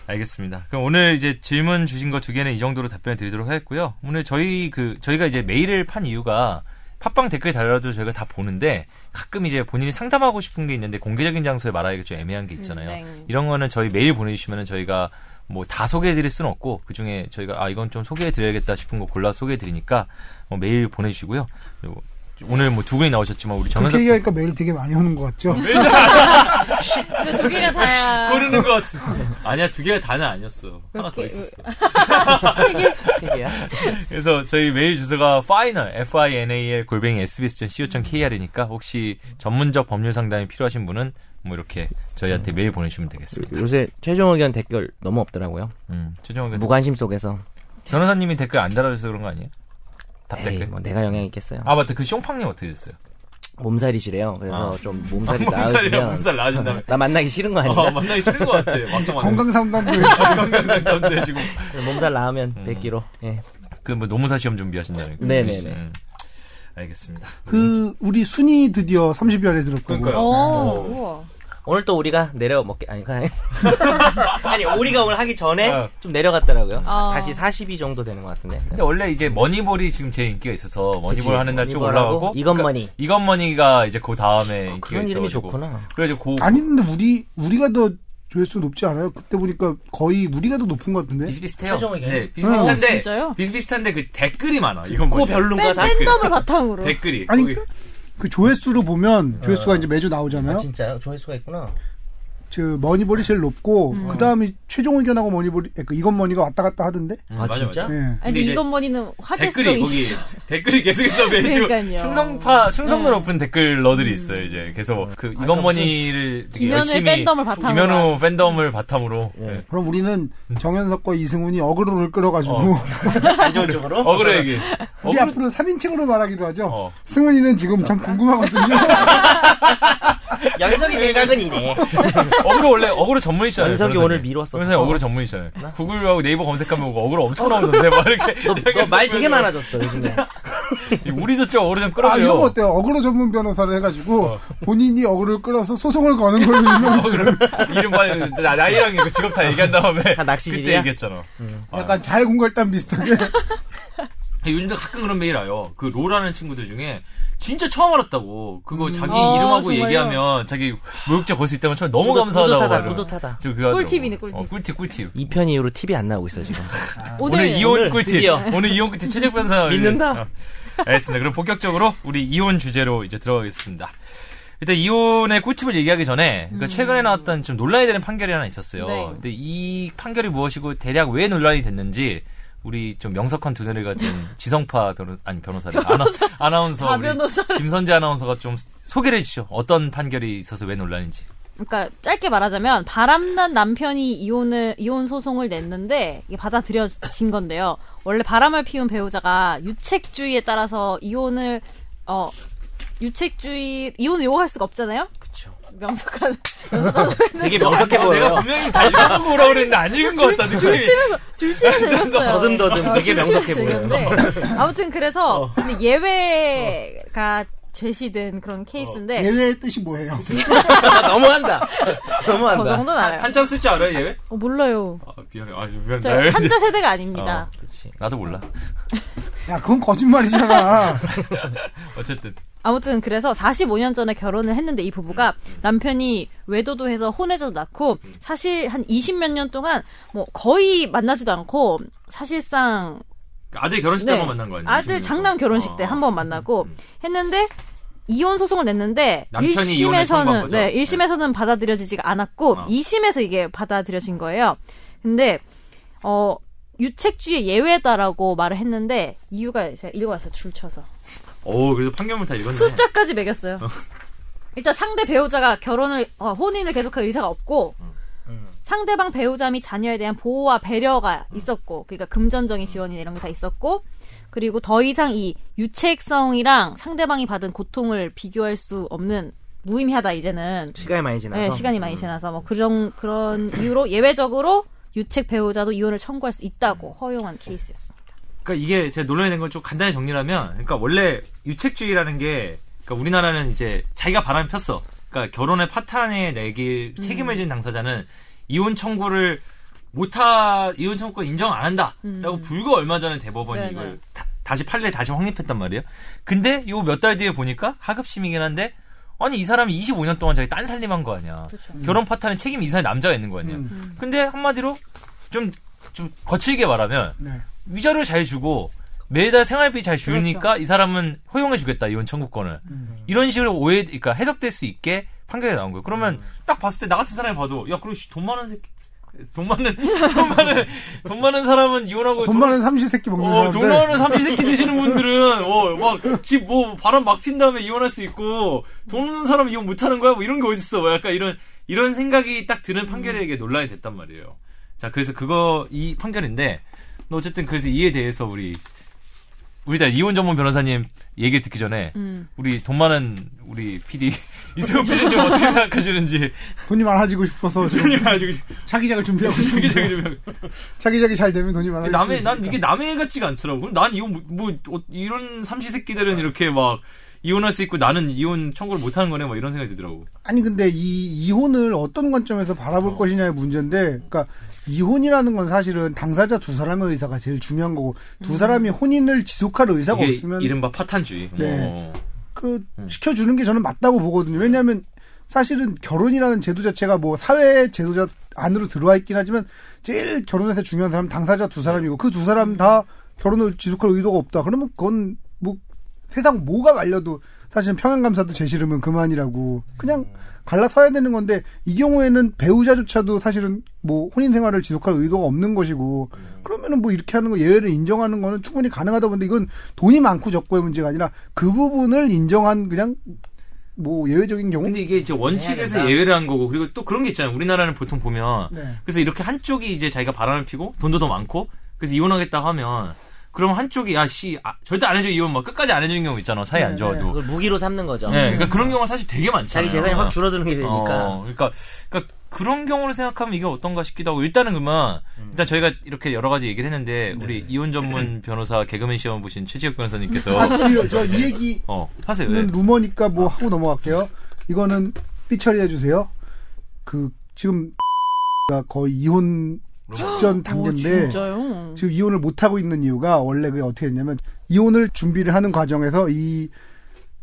A: 알겠습니다. 그럼 오늘 이제 질문 주신 거 두 개는 이 정도로 답변 드리도록 하겠고요. 오늘 저희 그 저희가 이제 메일을 판 이유가 팟빵 댓글 달아도 저희가 다 보는데 가끔 이제 본인이 상담하고 싶은 게 있는데 공개적인 장소에 말하기가 좀 애매한 게 있잖아요.
B: 음, 네.
A: 이런 거는 저희 메일 보내주시면 저희가 뭐 다 소개해드릴 수는 없고 그 중에 저희가 아 이건 좀 소개해드려야겠다 싶은 거 골라 소개해드리니까 어, 메일 보내주시고요. 그리고 오늘 뭐 두 분이 나오셨지만 우리
E: 그렇게
A: 정현석
E: 얘기하니까 매일 되게 많이 오는 것 같죠?
B: 근데 두 개가 다야.
A: 고르는 것 같은. 아니야 두 개가 다는 아니었어.
B: 몇
A: 하나 더
B: 개-
A: 있었어.
D: 세 개야.
A: 그래서 저희 메일 주소가 final f i n a l 골뱅이 sbs.co.kr이니까 혹시 전문적 법률 상담이 필요하신 분은 뭐 이렇게 저희한테 메일 보내주시면 되겠습니다.
D: 요새 최종 의견 댓글 너무 없더라고요.
A: 음, 최종 의견
D: 무관심 속에서
A: 변호사님이 댓글 안 달아줘서 그런 거 아니에요? 답
D: 에이,
A: 댓글.
D: 뭐 내가 영향 있겠어요.
A: 아 맞다 그 숑팡님 어떻게 됐어요?
D: 몸살이시래요. 그래서 좀 몸살이
A: 아. <laughs> 몸살이랑
D: 나으시면
A: 몸살 나아진 다음에
D: 나 만나기 싫은 거 아니야?
A: 아, 만나기 싫은 것
D: <laughs>
A: 같아. 막상
E: 건강 상담도 해
A: <laughs> 건강상담대 지금
D: 몸살 나으면
A: 음.
D: 100kg. 예.
A: 그 뭐 노무사 시험 준비하신다니까.
D: 네네네.
A: 음, 알겠습니다.
E: 그 우리 순위 드디어 30위 안에 들었고
A: 그러니까요.
B: 오, 우와.
D: 오늘 또 우리가 내려 먹게
A: <laughs>
D: 아니 그냥 아니 우리가 오늘 하기 전에
A: 어.
D: 좀 내려갔더라고요.
B: 어.
D: 다시 42 정도 되는 것 같은데.
A: 근데 원래 이제 머니볼이 지금 제일 인기가 있어서 머니볼
D: 그치.
A: 하는 날 쭉
D: 머니볼하고
A: 올라가고 그러니까
D: 이건머니. 아,
A: 이건머니가 이제 그 다음에 인기가
D: 그런 이름이
A: 있어가지고.
D: 좋구나.
A: 그래가지고 고
E: 아니 근데 우리 우리가 더 조회수 높지 않아요? 그때 보니까 거의 우리가 더 높은 것 같은데.
A: 비슷비슷해요.
D: 최종 의견. 음.
A: 네, 비슷비슷한데
B: 어, 진짜요?
A: 비슷비슷한데 그 댓글이 많아. 이건 뭐
D: 고 별론가
B: 팬,
D: 다. 그
B: 팬덤을 바탕으로.
A: 댓글이
E: 아니
A: 거기.
E: 그, 그 조회수로 보면 조회수가
A: 어.
E: 이제 매주
D: 아,
E: 나오잖아요.
D: 진짜요? 조회수가 있구나.
E: 저 머니볼이 제일 높고 그 다음에 최종 의견하고 머니볼이 그 이건 머니가 왔다 갔다 하던데.
A: 음,
D: 아
A: 맞아,
D: 진짜?
A: 맞아.
E: 예.
A: 근데
B: 아니
A: 이제
B: 이건 뭐니는 화제성이
A: 댓글이 거기
B: 있어.
A: 댓글이 계속 있어 매일 지금
B: 그러니까요. 네. 음.
A: 충성파 충성도 높은 댓글러들이 있어요 이제
D: 음.
A: 그래서
D: 아,
A: 그 이건머니를 되게
B: 김현우의
A: 열심히
B: 팬덤을 바탕으로
A: 김현우 팬덤을 바탕으로
D: 예.
A: 네.
E: 그럼 우리는 정현석과 이승훈이 어그로를 끌어가지고
A: 어.
D: 안정적으로?
A: 어그로 얘기
E: <laughs> 우리
A: 어그로
E: 앞으로 3인칭으로 말하기로 하죠.
A: 어.
E: 승훈이는 지금 참 궁금하거든요.
D: <laughs> 양석이
A: <laughs>
D: 생각은 이래.
A: 어그로 원래 어그로 전문이시잖아요.
D: 연석이
A: 변호사님.
D: 오늘 미뤘어.
A: 변호사님 어그로 전문이시잖아요. 구글하고 네이버 검색하면 뭐 어그로 엄청 나오던데 막 이렇게.
D: <laughs> 너뭐 말 되게 많아졌어 요즘에.
A: 우리도 좀 <laughs> 어그로 좀
E: 아 이런 거
A: 끌어줘요. 어.
E: 어때요? 어그로 전문 변호사를 해가지고 본인이 어그로를 끌어서 소송을 거는 걸로 유명해지
A: 이름 봐 나- 나이랑 이거 직업 다 얘기한 다음에
D: 다 낚시질이야? 음.
A: 그때 얘기했잖아. <laughs> 아,
E: 약간 자해공갈단 비슷하게.
A: 요즘도 가끔 그런 메일 와요. 그 로라는 친구들 중에 진짜 처음 알았다고. 그거 자기
B: 아,
D: 어,
A: 이름하고
B: 정말요?
A: 얘기하면 자기 모욕죄 걸 수 있다면 참 너무
D: 뿌듯-
A: 감사하다고.
D: 뿌듯하다,
A: 그러더라고요.
D: 뿌듯하다.
A: 저 그거 하더라고.
B: 꿀팁이네, 꿀팁.
A: 어, 꿀팁 꿀팁.
D: 2편 이후로 TV 안 나오고 있어
A: <laughs>
D: 지금.
A: 오늘,
B: 네.
A: 이혼
D: 오늘
A: 꿀팁.
D: 드디어.
A: 오늘 이혼 꿀팁 최적 <laughs> 변사.
D: 믿는다.
A: 어. 알겠습니다. 그럼 본격적으로 우리 이혼 주제로 이제 들어가겠습니다. 일단 이혼의 꿀팁을 얘기하기 전에 그러니까 최근에 나왔던 좀 논란이 되는 판결이 하나 있었어요.
B: 음. 네.
A: 근데 이 판결이 무엇이고 대략 왜 논란이 됐는지 우리 좀 명석한 두뇌를 가진
B: <laughs>
A: 지성파 변호 아니 변호사를 아나, 운서
B: 다
A: 우리
B: 변호사를.
A: 김선재 아나운서가 좀 소개를 해주시죠. 어떤 판결이 있어서 왜 논란인지.
B: 그러니까 짧게 말하자면 바람난 남편이 이혼을 이혼 소송을 냈는데 이게 받아들여진 건데요. 원래 바람을 피운 배우자가 유책주의에 따라서 이혼을 어 유책주의 이혼을 요구할 수가 없잖아요.
D: 그쵸.
A: <laughs>
B: 명석한 명석한
D: 되게 명석해 보여요.
A: 아, 분명히 다 읽어보고 오라고 그랬는데 안 읽은 것 같다 느낌이.
B: 줄치면서
A: <laughs>
B: 줄치면서 읽었어요.
D: 더듬더듬 되게 명석해 보여요.
A: 어.
B: 아무튼 그래서 근데 예외가 제시된 그런 케이스인데
A: 어.
G: 예외의 뜻이 뭐예요?
D: 아,
A: <laughs>
D: 너무한다.
B: 그
D: 너무한다.
B: 정도는 알아요.
A: 어. 한참 쓸 줄 알아요, 얘?
B: 어, 몰라요.
A: 아, 미안해. 아, 미안해.
B: 저 한자 세대가
A: 어.
B: 아닙니다.
D: 그렇지.
A: 나도 몰라.
G: 야, 그건 거짓말이잖아.
A: 어쨌든.
B: 아무튼 그래서 45년 전에 결혼을 했는데 이 부부가
A: 음,
B: 남편이 외도도 해서 혼외자도 낳고 사실 한 20몇 년 동안 뭐 거의 만나지도 않고 사실상
A: 아들 결혼식 때
B: 네.
A: 한번 만난 거 아니에요? 음,
B: 아들 장남 결혼식 때 한 번 만나고 했는데 이혼 소송을 냈는데
A: 남편이 이혼을 청구한
B: 1심에서는
A: 거죠?
B: 네, 1심에서는 받아들여지지가 않았고
A: 어.
B: 2심에서 이게 받아들여진 거예요. 근데 어 유책주의 예외다라고 말을 했는데 이유가 제가 읽어봤어요. 줄쳐서.
A: 오, 그래서 판결문 다 읽었네.
B: 숫자까지 매겼어요. 일단 상대 배우자가 결혼을 어, 혼인을 계속할 의사가 없고 상대방 배우자 및 자녀에 대한 보호와 배려가 있었고 그러니까 금전적인 지원이나 이런 게 다 있었고 그리고 더 이상 이 유책성이랑 상대방이 받은 고통을 비교할 수 없는 무의미하다 이제는
D: 시간이 많이 지나서. 음.
B: 네, 시간이 많이 지나서 뭐 그런 그런 이유로 예외적으로 유책 배우자도 이혼을 청구할 수 있다고 허용한 케이스였습니다.
A: 그러니까 이게 제가 논란이 된 건 좀 간단히 정리하면, 그러니까 원래 유책주의라는 게, 그러니까 우리나라는 이제 자기가 바람을 폈어. 그러니까 결혼의 파탄에 내길
B: 음.
A: 책임을 진 당사자는 이혼 청구를 못하 이혼 청구 인정 안 한다라고 불과 얼마 전에 대법원이
B: 음. 네네.
A: 이걸 다, 시 판례 다시 확립했단 말이에요. 근데 요 몇 달 뒤에 보니까 하급심이긴 한데 아니 이 사람이 25년 동안 자기 딴 살림한 거 아니야. 음.
B: 그렇죠.
A: 결혼 파탄에 책임 이사의 남자가 있는 거 아니야.
B: 음.
A: 근데 한마디로 좀 좀 거칠게 말하면
G: 네.
A: 위자료 잘 주고 매달 생활비 잘 주니까
B: 그렇죠. 음.
A: 이 사람은 허용해 주겠다 이혼 청구권을 이런 식으로 오해 그러니까 해석될 수 있게 판결이 나온 거예요. 그러면
B: 음.
A: 딱 봤을 때 나 같은 사람이 봐도 야 그럼 씨, 돈 많은 새끼 돈 많은 <laughs> 돈 많은 돈 많은 사람은 이혼하고
C: 돈 많은 삼시 새끼 먹는
A: 어,
C: 사람들.
A: 돈 많은 삼시 새끼 되시는 분들은 어막집 뭐 바람 막 핀 다음에 이혼할 수 있고 돈 없는 사람은 이혼 못 하는 거야 뭐 이런 게 어딨어 뭐 약간 이런 이런 생각이 딱 드는 판결에 이게 논란이 됐단 말이에요. 자 그래서 그거 이 판결인데 근데 어쨌든 그래서 이에 대해서 우리 우리 다 이혼 전문 변호사님 얘기를 듣기 전에
B: 음.
A: 우리 돈 많은 우리 PD 이세훈 PD님 어떻게 생각하시는지
C: 돈이 많아지고 싶어서 지금
A: 손님 가지고 <laughs>
C: 차기작을 준비하고
A: 이게
C: 있습니다.
A: 저기 좀
C: 차기작이 잘 되면 돈이 많아지고
A: 남의 난 이게 남의 일 같지가 않더라고. 그럼 난 이혼 뭐, 뭐, 어, 이런 삼시 새끼들은 이렇게 막 이혼할 수 있고 나는 이혼 청구를 못 하는 거네 막 이런 생각이 들더라고.
C: 아니 근데 이 이혼을 어떤 관점에서 바라볼 것이냐의 문제인데, 그러니까 이혼이라는 건 사실은 당사자 두 사람의 의사가 제일 중요한 거고 두 사람이 혼인을 지속할 의사가
A: 음. 이게
C: 없으면
A: 이른바 파탄주의.
C: 네.
A: 어.
C: 그
A: 음.
C: 시켜주는 게 저는 맞다고 보거든요. 왜냐하면 사실은 결혼이라는 제도 자체가 뭐 사회 제도자 안으로 들어와 있긴 하지만 제일 결혼에서 중요한 사람은 당사자 두 사람이고 그 두 사람 다 결혼을 지속할 의도가 없다. 그러면 그건 뭐 세상 뭐가 말려도 사실은 평안감사도 제시름은 그만이라고 그냥 갈라서야 되는 건데 이 경우에는 배우자조차도 사실은 뭐 혼인 생활을 지속할 의도가 없는 것이고 그러면은 뭐 이렇게 하는 거 예외를 인정하는 거는 충분히 가능하다 보는데 이건 돈이 많고 적고의 문제가 아니라 그 부분을 인정한 그냥 뭐 예외적인 경우
A: 근데 이게 이제 원칙에서
D: 된다.
A: 예외를 한 거고 그리고 또 그런 게 있잖아요. 우리나라는 보통 보면
C: 네.
A: 그래서 이렇게 한쪽이 이제 자기가 바람을 피고 돈도 더 많고 그래서 이혼하겠다고 하면 그럼 한쪽이 야씨 아, 절대 안 해줘 이혼 막 끝까지 안 해주는 경우 있잖아 사이 안
C: 네,
A: 좋아도.
D: 그걸 무기로 삼는 거죠.
A: 네, 그러니까 그런 경우가 사실 되게 많잖아요.
D: 그렇죠. 자기 재산이 확 줄어드는 게 되니까.
A: 어, 그러니까, 그러니까 그런 경우를 생각하면 이게 어떤가 싶기도 하고 일단은 그만
C: 음.
A: 일단 저희가 이렇게 여러 가지 얘기를 했는데
C: 네.
A: 우리 이혼
C: <clears throat>
A: 전문 변호사 개그맨 시험 보신 최지혁
C: 아,
A: 변호사님께서
C: 저이 얘기는
A: 어 하세요. 예.
C: 루머니까 뭐 하고 넘어갈게요. 이거는 삐처리해 주세요. 그 지금 가 거의 이혼
A: 아,
C: 직전
A: 뭐
C: 단계인데
B: 진짜요?
D: 네.
C: 지금 이혼을 못 하고 있는 이유가 원래 그게 어떻게 했냐면 이혼을 준비를 하는 과정에서 이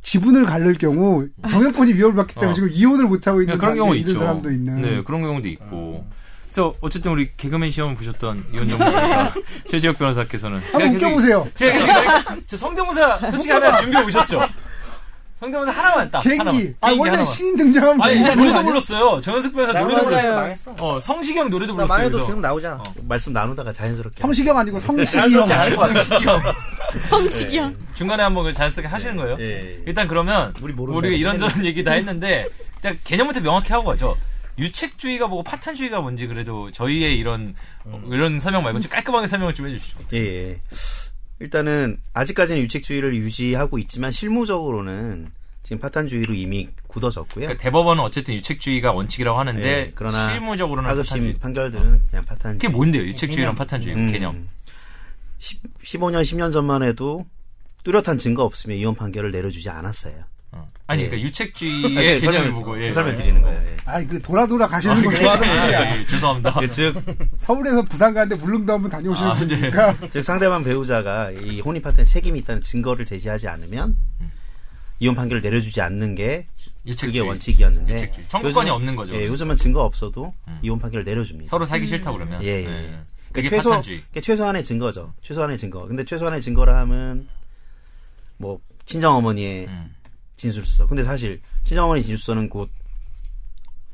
C: 지분을 갈릴 경우 경영권이 위협을 받기 때문에
A: 어. 그러니까
C: 지금 이혼을 못 하고 있는
A: 그런 경우
C: 사람도
A: 있죠.
C: 사람도 있는. 음.
A: 네, 그런 경우도 있고. 그래서 어쨌든 우리 개그맨 시험 보셨던 이혼 전문 변호사
C: <laughs>
A: 최지혁 변호사께서는 제가
C: 한번
A: 계속-
C: 웃겨보세요.
A: 제가 계속- 저 성대모사 솔직히 하나 준비해 오셨죠? 성대모사 하나만 딱
C: 개인기.
A: 하나만. 개인기
C: 아 원래
A: 하나만.
C: 신인 등장하면
A: 아니
C: 뭐 이런 거
A: 노래도
C: 아니야?
A: 불렀어요. 정현석 변호사
D: 나
A: 노래도 불렀어요.
D: 망했어.
A: 어 성시경 노래도
D: 나
A: 불렀어요.
D: 망해도
A: 그래서.
D: 계속 나오잖아.
F: 말씀 나누다가 자연스럽게
C: 성시경 아니고 성시경.
F: 자연스럽게 안 할 것 같아요.
B: 성식이
D: 네.
B: 형.
A: 중간에 한번 그걸 자연스럽게 하시는 거예요.
F: 예, 예.
A: 일단 그러면 우리
F: 우리
A: 가
F: 모르는
A: 이런저런 얘기 다 했는데 일단 개념부터 명확히 하고 가죠. 유책주의가 뭐고 파탄주의가 뭔지 그래도 저희의 이런 어,
F: 음.
A: 이런 설명 말고 좀 깔끔하게 설명을 좀 해주시죠.
F: 예, 예. 일단은 아직까지는 유책주의를 유지하고 있지만 실무적으로는 지금 파탄주의로 이미 굳어졌고요.
A: 그러니까 대법원은 어쨌든 유책주의가 원칙이라고 하는데
F: 예, 그러나
A: 실무적으로는
F: 하급심 음.
A: 파탄주의.
F: 판결들은 그냥 파탄.
A: 그게 뭔데요? 유책주의랑 파탄주의 개념.
F: 15년, 10년 전만 해도 뚜렷한 증거 없으면 이혼 판결을 내려주지 않았어요.
A: 어. 아니
F: 예.
A: 그러니까
F: <laughs>
A: 유책주의의
F: 예,
A: 개념을
F: 설명-
A: 보고 예.
F: 설명 드리는 거예요. 예.
C: 아니 그 돌아 돌아
A: 아,
C: 가시는
A: 그
C: 거예요.
A: 좋아하는 분이야. 예, 죄송합니다.
F: 그 즉,
C: 서울에서 부산 가는데 물릉도 한번 다녀오시는
A: 아, 네.
C: 분이니까
F: 즉 상대방 배우자가 이 혼인파트에 책임이 있다는 증거를 제시하지 않으면 이혼 판결을 내려주지 않는 게 그게
A: 음. 유책주의.
F: 원칙이었는데
A: 유책주의. 청구권이
F: 요즘은-
A: 없는 거죠. 음.
F: 예, 요즘은 증거 없어도 이혼 판결을 내려줍니다.
A: 서로 살기 싫다 그러면.
F: 예, 예.
A: 그게
F: 최소
A: 파탄주의.
F: 그러니까 최소한의 증거죠. 최소한의 증거. 근데 최소한의 증거라 하면 뭐 친정 어머니의
A: 음.
F: 진술서. 근데 사실 친정 어머니 진술서는 곧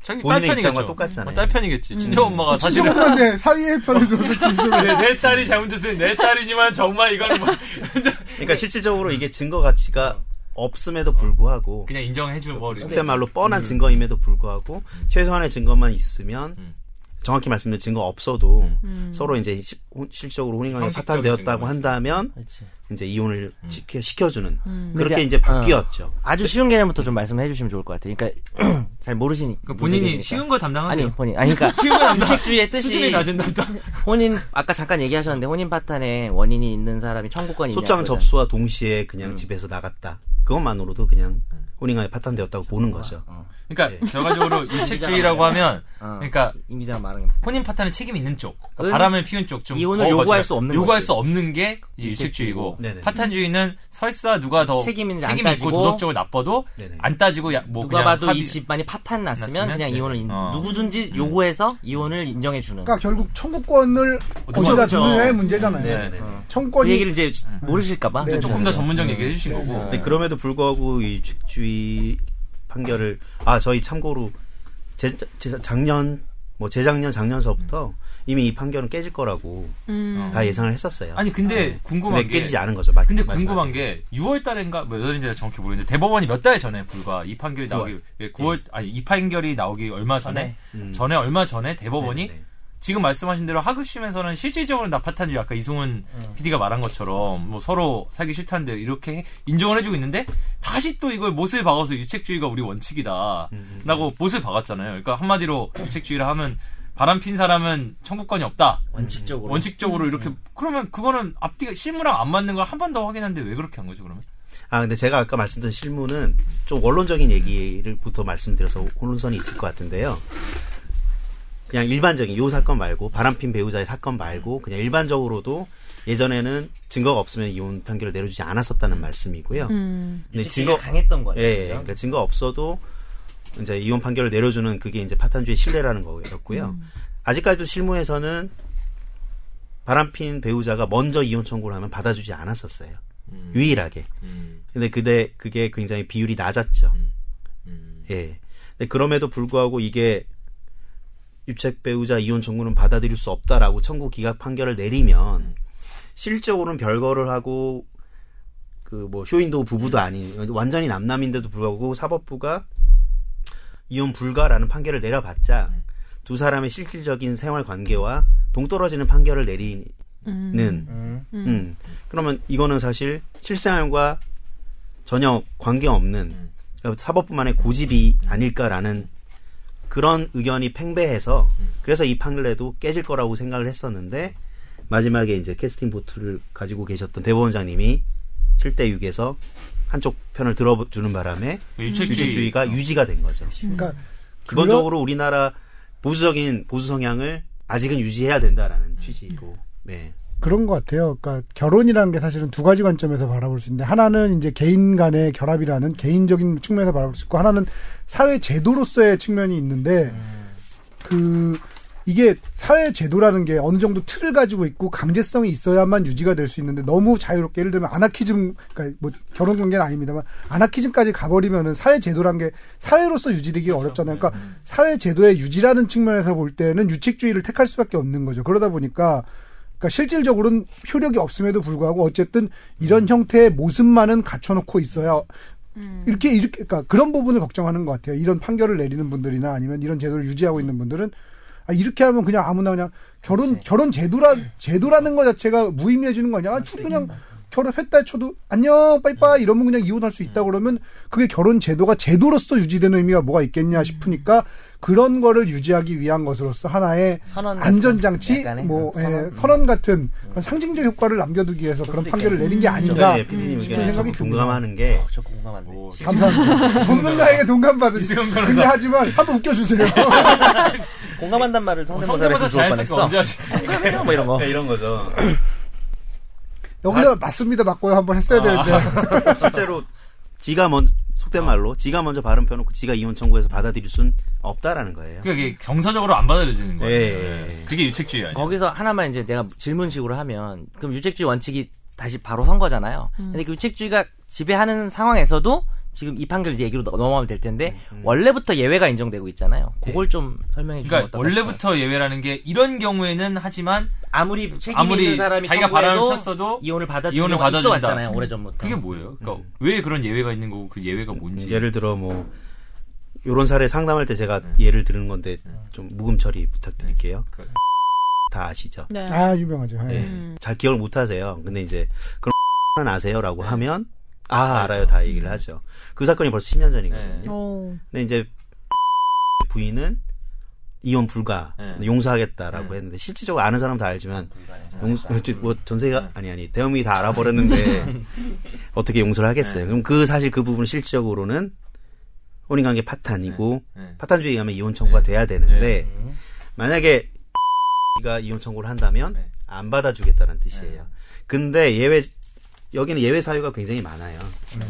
A: 자기
F: 본인의
A: 딸편이겠죠.
F: 입장과 똑같잖아요.
A: 어,
D: 음.
A: 딸편이겠지. 진짜 엄마가 사실은
C: 친정엄마인데 사위의 편을 들어서 진술을
A: 내, 내 딸이 잘못했으니 내 딸이지만 정말 이거는 뭐
F: 그러니까
A: 음.
F: 실질적으로 이게 증거 가치가
A: 어.
F: 없음에도 불구하고
A: 그냥 인정해 줘버리고. 뭐
F: 속된 말로 뻔한 증거임에도 불구하고 최소한의 증거만 있으면
A: 음.
F: 정확히 말씀드린 증거 없어도
B: 음.
F: 서로 이제 시- 혼- 실질적으로 혼인관계
A: 형식적인 음.
F: 파탄되었다고
A: 증거만
F: 한다면
D: 그렇지. 음.
F: 이제 이혼을 시켜, 시켜주는
D: 근데-
F: 그렇게 이제 바뀌었죠.
D: 아주 쉬운 개념부터 좀 말씀해 주시면 좋을 것 같아요. 그러니까 <clears throat> 잘 모르시니까.
A: 그러니까 본인이
D: 모르니까.
A: 쉬운 걸 담당하세요.
D: 아니 본인 아니 그러니까
A: <laughs> 쉬운 걸 담당.
D: 유책주의의 뜻이
A: 수준이 낮은 담당.
D: 혼인 아까 잠깐 얘기하셨는데 혼인 파탄에 원인이 있는 사람이 청구권이 있냐
F: 소장
D: 그거잖아요.
F: 접수와 동시에
A: 음.
F: 그냥 집에서 나갔다. 그것만으로도 그냥 혼인관계 파탄되었다고 보는 거죠.
A: 그러니까 결과적으로
D: <laughs>
A: 유책주의라고 하면 그러니까
D: 임기자가 말한 게
A: 혼인 파탄의 책임이 있는 쪽, 그러니까
D: 은-
A: 바람을 피운 쪽, 좀
D: 이혼을
A: 더
D: 요구할
A: 거칠어요.
D: 수 없는
A: 요구할
D: 거지.
A: 수 없는 게 이제 유책주의고
F: 네네.
A: 파탄주의는 설사 누가 더
D: 책임이
A: 책임이
D: 안
A: 있고
D: 따지고
A: 도덕적으로 나빠도
F: 네네.
A: 안 따지고 야- 뭐
D: 누가
A: 그냥
D: 봐도
A: 합의-
D: 이 집안이 파탄 났으면,
A: 났으면?
D: 그냥
A: 네.
D: 이혼을 인-
A: 어.
D: 누구든지 요구해서 이혼을 인정해 주는
C: 그러니까 결국 청구권을 어디다
D: 그렇죠.
C: 주느냐의 문제잖아요.
F: 네네네.
A: 어.
D: 그
C: 청구권이
D: 얘기를 이제 모르실까봐
C: 네,
A: 음. 조금 더 전문적
D: 음.
A: 인 얘기해 주신 거고
F: 근데 그럼에도 불구하고 이 직주의 판결을 아 저희 참고로 제, 제- 작년 뭐 재작년
A: 음.
F: 작년서부터 이미 이 판결은 깨질 거라고
D: 네.
B: 음.
F: 다 예상을 했었어요. 네.
A: 아니 근데 궁금한
F: 근데
A: 게
F: 깨지지 않은 거죠. 마-
A: 근데
F: 마지막에.
A: 궁금한 게 6월 달인가 몇 월인지 정확히 모르겠는데 대법원이 몇 달 전에 불과 이 판결이 나오기 9월 아니 이 판결이 나오기 얼마 전에 전에,
F: 네. 음.
A: 얼마 전에 대법원이
F: 네네네.
A: 지금 말씀하신 대로 하급심에서는 실질적으로 나 파탄이 아까 이승훈
F: 음.
A: PD가 말한 것처럼 뭐 서로 살기 싫다는데 이렇게 해- 인정을 해주고 있는데 다시 또 이걸 못을 박아서 유책주의가 우리
F: 음,
A: 원칙이다라고 못을 박았잖아요. 그러니까 한마디로 유책주의라 하면 바람 핀 사람은 청구권이 없다.
D: 원칙적으로
A: 원칙적으로 이렇게 그러면 그거는 앞뒤가 실무랑 안 맞는 걸 한 번 더 확인하는데 왜 그렇게 한 거죠 그러면?
F: 아 근데 제가 아까 말씀드린 실무는 좀 원론적인 얘기를부터 말씀드려서 혼선이 있을 것 같은데요. 그냥 일반적인 요 사건 말고 바람핀 배우자의 사건 말고 그냥 일반적으로도 예전에는 증거가 없으면 이혼 판결을 내려주지 않았었다는 말씀이고요.
B: 음.
F: 근데
D: 증거
F: 증거
D: 강했던 거예요.
F: 예, 예.
D: 그죠?
F: 그러니까 증거 없어도 이제 이혼 판결을 내려주는 그게 이제 파탄주의 신뢰라는 거였고요. 아직까지도 실무에서는 바람핀 배우자가 먼저 이혼 청구를 하면 받아주지 않았었어요.
D: 음.
F: 유일하게.
A: 음.
F: 근데 그대 그게 굉장히 비율이 낮았죠. 예. 근데 그럼에도 불구하고 이게 유책 배우자 이혼 청구는 받아들일 수 없다라고 청구 기각 판결을 내리면 실적으로는 별거를 하고 그 뭐 효인도 부부도 아닌 완전히 남남인데도 불구하고 그 사법부가 이혼 불가라는 판결을 내려봤자 두 사람의 실질적인 생활 관계와 동떨어지는 판결을 내리는
D: 음.
F: 음. 그러면 이거는 사실 실생활과 전혀 관계없는 그러니까 사법부만의 고집이 아닐까라는 그런 의견이 팽배해서 그래서 이 판례도 깨질 거라고 생각을 했었는데 마지막에 이제 캐스팅 보트를 가지고 계셨던 대법원장님이 7대 6에서 한쪽 편을 들어주는 바람에
A: 유책주의.
F: 유체주의가 유지가 된 거죠.
C: 그러니까
F: 기본적으로 우리나라 보수적인 보수 성향을 아직은 유지해야 된다라는 취지이고. 네.
C: 그런 것 같아요. 그러니까 결혼이라는 게 사실은 두 가지 관점에서 바라볼 수 있는데 하나는 이제 개인 간의 결합이라는 개인적인 측면에서 바라볼 수 있고 하나는 사회 제도로서의 측면이 있는데 그 이게 사회 제도라는 게 어느 정도 틀을 가지고 있고 강제성이 있어야만 유지가 될 수 있는데 너무 자유롭게 예를 들면 아나키즘 그러니까 뭐 결혼 관계는 아닙니다만 아나키즘까지 가버리면은 사회 제도란 게 사회로서 유지되기 가 어렵잖아요. 그러니까 사회 제도의 유지라는 측면에서 볼 때는 유칙주의를 택할 수밖에 없는 거죠. 그러다 보니까 그러니까 실질적으로는 효력이 없음에도 불구하고 어쨌든 이런 형태의 모습만은 갖춰놓고 있어야
D: 음.
C: 이렇게 이렇게 그러니까 그런 부분을 걱정하는 것 같아요. 이런 판결을 내리는 분들이나 아니면 이런 제도를 유지하고 있는 분들은 아, 이렇게 하면 그냥 아무나 그냥 결혼 결혼 제도라 제도라는 것 자체가 무의미해지는 거 아니야? 아, 둘이 그냥 결혼했다 쳐도 안녕
D: 음.
C: 빠이빠이 이러면
D: 음.
C: 그냥 이혼할 수 있다 그러면 그게 결혼 제도가 제도로서 유지되는 의미가 뭐가 있겠냐 싶으니까 그런 거를 유지하기 위한 것으로서 하나의
D: 선언 같은
C: 안전장치,
D: 약간의
C: 뭐
D: 그런
C: 예,
D: 선언? 음.
C: 선언 같은 그런 상징적 효과를 남겨두기 위해서 그런
D: 그것도 음.
C: 판결을 내린 게 아닌가
F: 저도 예, 피디님
C: 그러니까 싶은
F: 의견에
C: 생각이
F: 조금
C: 듭니다.
F: 공감하는 게
D: 어, 저 <laughs> 공감한데.
A: 오,
C: 감사합니다. 전문가에게 동감받은.
A: 이승훈 변호사.
C: 근데 하지만 한번 웃겨주세요.
D: 공감한단 말을 성대모사를
A: 성대모사
D: 해서 좋을
A: 자연스럽게
D: 뻔했어.
A: 언제 하시
D: <laughs> 뭐 이런 거.
F: 그러니까 이런 거죠.
C: 여기서 맞습니다 맞고요 한번 했어야 되는데
F: <laughs> 실제로 지가 먼저 속된 말로 지가 먼저 발음 펴놓고 지가 이혼 청구해서 받아들일 순 없다라는 거예요.
A: 그게 이게 정서적으로 안 받아들여지는 거예요. 네.
F: 예, 예.
A: 그게 유책주의 아니에요.
D: 거기서 하나만 이제 내가 질문식으로 하면 그럼 유책주의 원칙이 다시 바로 선 거잖아요.
B: 음.
D: 근데 그 유책주의가 지배하는 상황에서도 지금 이 판결 이제 얘기로 넘- 넘어가면 될 텐데
A: 음,
D: 원래부터 예외가 인정되고 있잖아요. 그걸 좀 설명해 주면
A: 네. 그러니까
D: 어떨까?
A: 원래부터 예외라는 게 이런 경우에는 하지만
D: 아무리 책임
A: 아무리
D: 있는 사람이
A: 자기가
D: 청구해도
A: 바람을 폈어도
D: 이혼을 받아
A: 이혼을 받아준다. 음.
D: 왔잖아요 오래전부터.
A: 그게 뭐예요? 그러니까
D: 음.
A: 왜 그런 예외가 있는 거고 그 예외가 뭔지.
F: 예를 들어 뭐 요런 사례 상담할 때 제가 예를 드는 건데 좀 무금 처리 부탁드릴게요.
A: 그-
F: 다 아시죠?
B: 네.
C: 아 유명하죠 예.
F: 예.
B: 음.
F: 잘 기억을 못 하세요. 근데 이제 그럼 <laughs> 는 아세요라고 하면 아 네. 알아요 다 얘기를 하죠. 그 사건이 벌써 10년 전이거든요.
A: 네.
B: 오.
F: 근데 이제 <laughs> 부인은 이혼 불가
A: 네.
F: 용서하겠다라고
A: 네.
F: 했는데 실질적으로 아는 사람 다 알지만
D: 음.
A: 음.
F: 용, 뭐
A: 네.
F: 전세가 아니 아니 대음이 다
A: <laughs>
F: 알아버렸는데 어떻게 용서를 하겠어요?
A: 네.
F: 그럼 그 사실 그 부분 은 실질적으로는 혼인관계 파탄이고
A: 네.
F: 파탄주의에 의하면 이혼 청구가 돼야 되는데 만약에 가 이혼 청구를 한다면
A: 네.
F: 안 받아주겠다는
C: 네.
F: 뜻이에요. 근데 예외 여기는 예외 사유가 굉장히 많아요.
C: 네.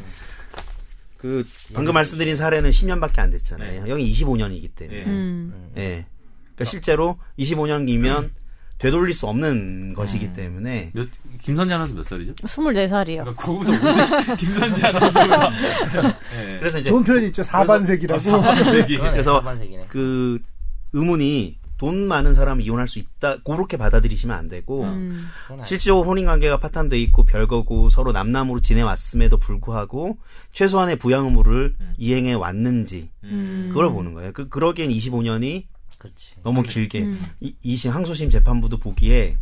F: 그 방금 말씀드린 사례는 10년밖에 안
C: 네.
F: 됐잖아요. 여기 25년이기 때문에.
A: 네.
B: 음.
F: 예. 그러니까 실제로 25년이면 되돌릴 수 없는
C: 네.
F: 것이기 때문에
A: 몇 김선재 아나운서 몇 살이죠?
B: 24살이요.
A: 그러니까 거기서 무슨 <laughs> 김선재
D: <laughs>
A: 아나운서가 예.
F: 그래서 이제
C: 좋은 표현이 있죠 사반색이라고
A: 갑자기
F: 그래서
D: 반반색이네.
F: 그 의문이 돈 많은 사람 이혼할 수 있다 그렇게 받아들이시면 안 되고
B: 음.
D: 그건 아니에요.
F: 실제로 혼인 관계가 파탄돼 있고 별거고 서로 남남으로 지내왔음에도 불구하고 최소한의 부양 의무를 이행해 왔는지 그걸 보는 거예요. 그 그러기엔 25년이
D: 그렇지.
F: 너무 길게 이, 이심 항소심 재판부도 보기에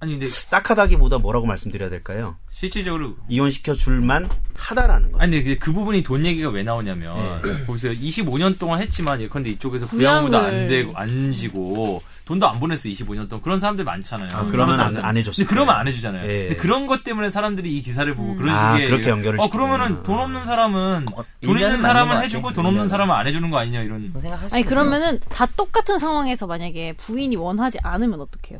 A: 아니 근데
F: 딱하다기보다 뭐라고 말씀드려야 될까요?
A: 실질적으로
F: 이혼시켜 줄만 하다라는 거죠.
A: 아니 근데 그 부분이 돈 얘기가 왜 나오냐면
F: 네.
A: 보세요 25년 동안 했지만 예컨대 이쪽에서
B: 부양을.
A: 부양도 안 되고 안 지고 돈도 안 보냈어 25년 동안 그런 사람들 많잖아요.
F: 아, 그러면 안- 안 해줬어요.
A: 근데 그러면 안 해주잖아요.
F: 예.
A: 근데 그런 것 때문에 사람들이 이 기사를 보고
B: 음.
A: 그런
F: 아,
A: 식의
F: 그렇게
A: 얘기를-
F: 연결을
A: 어
F: 시키는구나. 어,
A: 그러면은 돈 없는 사람은 돈
D: 일년은
A: 있는
D: 맞는
A: 사람은
D: 것
A: 해주고
D: 같아.
A: 돈 없는
D: 일년은.
A: 사람은 안 해주는 거 아니냐 이런.
D: 그런 생각할 수
B: 아니
D: 있어요.
B: 그러면은 다 똑같은 상황에서 만약에 부인이 원하지 않으면 어떡해요?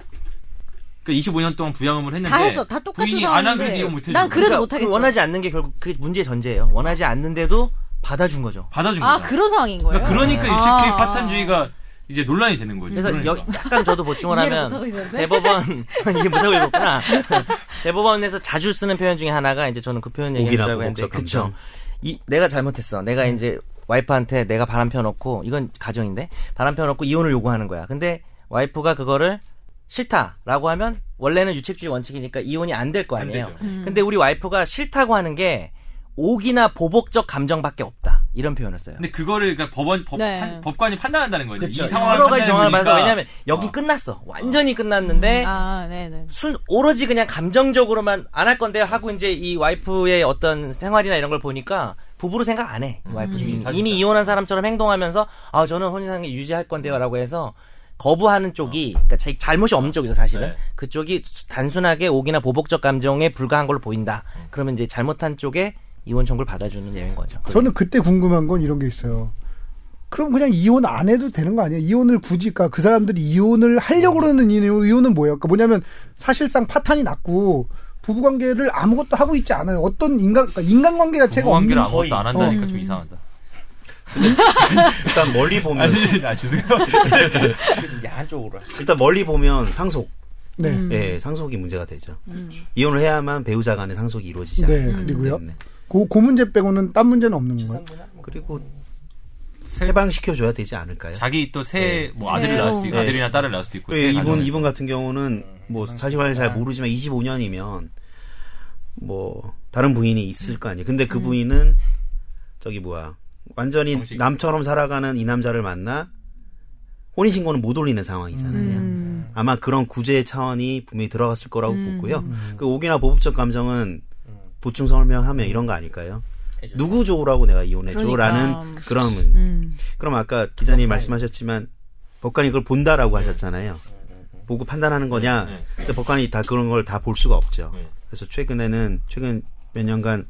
A: 그러니까 25년 동안 부양을 했는데
B: 다 했어. 다 똑같은
A: 부인이
B: 상황인데
A: 안한 그래도 이거 못 해주고
B: 난 그래도
D: 그러니까
B: 못 하겠어.
D: 그 원하지 않는 게 결국 그게 문제의 전제예요. 원하지 않는데도 받아준 거죠.
A: 받아준 거야.
B: 아 그런 상황인 거예요?
A: 그러니까, 그러니까
B: 아.
A: 일체주의 파탄주의가 이제 논란이 되는 거죠.
D: 그래서
A: 그러니까.
D: 여- 약간 저도 보충을
B: 이해를
D: 하면
B: 못하고 있는데?
D: 대법원 <laughs> 이게 못하고 읽었구나. 대법원에서 자주 쓰는 표현 중에 하나가 이제 저는 그 표현 얘기하는 줄
F: 옥이라고,
D: 알고 했는데
F: 옥석 감정.
D: 그쵸. 이 내가 잘못했어. 내가
A: 음.
D: 이제 와이프한테 내가 바람 펴놓고 이건 가정인데 바람 펴놓고 이혼을 요구하는 거야. 근데 와이프가 그거를 싫다라고 하면 원래는 유책주의 원칙이니까 이혼이 안 될 거
A: 안
D: 아니에요.
A: 되죠.
B: 음.
D: 근데 우리 와이프가 싫다고 하는 게 옥이나 보복적 감정밖에 없다 이런 표현을 써요.
A: 근데 그거를 그러니까 법원 법,
B: 네.
A: 판- 법관이 판단한다는 거죠.
D: 그쵸.
A: 이 상황을
D: 여러 가지 정황을
A: 판단해보니까
D: 봐서 왜냐하면 여기 끝났어. 완전히 끝났는데
B: 아 네네.
D: 순 오로지 그냥 감정적으로만 안 할 건데 하고 이제 이 와이프의 어떤 생활이나 이런 걸 보니까 부부로 생각 안 해. 음. 와이프 이미, 이미 이혼한 사람처럼 행동하면서 아 저는 혼인상에 유지할 건데요라고 해서 거부하는 쪽이 그러니까 자기 잘못이 없는 쪽이죠 사실은
A: 네.
D: 그쪽이 수- 단순하게 옥이나 보복적 감정에 불과한 걸로 보인다. 그러면 이제 잘못한 쪽에 이혼 청구를 받아주는 예인 거죠.
C: 저는 그때 궁금한 건 이런 게 있어요 그럼 그냥 이혼 안 해도 되는 거 아니에요 이혼을 굳이 그러니까 그 사람들이 이혼을 하려고 그러는 이유- 이유는 뭐예요 그러니까 뭐냐면 사실상 파탄이 났고 부부관계를 아무것도 하고 있지 않아요 어떤 인간 그러니까 인간관계 자체가 없는
A: 뭐 부부관계를
C: 거예요.
A: 아무것도 안 한다니까 좀 이상하다.
F: 일단 멀리 보면
A: 아니, 아, 죄송해요.
D: 야한 쪽으로
F: 일단 멀리 보면 상속
C: 네.
B: 음.
F: 예, 상속이 문제가 되죠. 이혼을 해야만 배우자 간의 상속이 이루어지잖아요. 음.
C: 네,
F: 그렇기
C: 그리고요?
F: 때문에.
C: 그, 그 문제 빼고는 딴 문제는 없는 거예요
F: 그리고
A: 새-
F: 해방시켜줘야 되지
A: <laughs>
F: 않을까요?
A: 자기 또 새 뭐 아들을
B: 새로.
A: 낳을 수도 있고
F: 네.
A: 아들이나 딸을 낳을 수도 있고
F: 예,
A: 새
F: 이분
A: 그 가정에서. 음,
F: 이분 같은 경우는 뭐 사실관을 잘 모르지만 25년이면 뭐 다른 부인이 있을 거 아니에요. 근데 그 부인은 저기 뭐야 완전히
A: 정식.
F: 남처럼 살아가는 이 남자를 만나 혼인 신고는 못 올리는 상황이잖아요.
B: 음.
F: 아마 그런 구제의 차원이 분명히 들어갔을
A: 음.
F: 거라고 보고요. 그 오기나 보복적 감정은 보충 설명하면 이런 거 아닐까요?
D: 해줘요.
F: 누구 좋으라고 내가 이혼해줘라는
B: 그러니까.
F: 그런
B: 음.
F: 그럼 아까
A: 네.
F: 기자님 말씀하셨지만 법관이 그걸 본다라고 하셨잖아요. 보고 판단하는 거냐?
A: 네.
F: 근데 법관이 다 그런 걸 다 볼 수가 없죠.
A: 네.
F: 그래서 최근에는 최근 몇 년간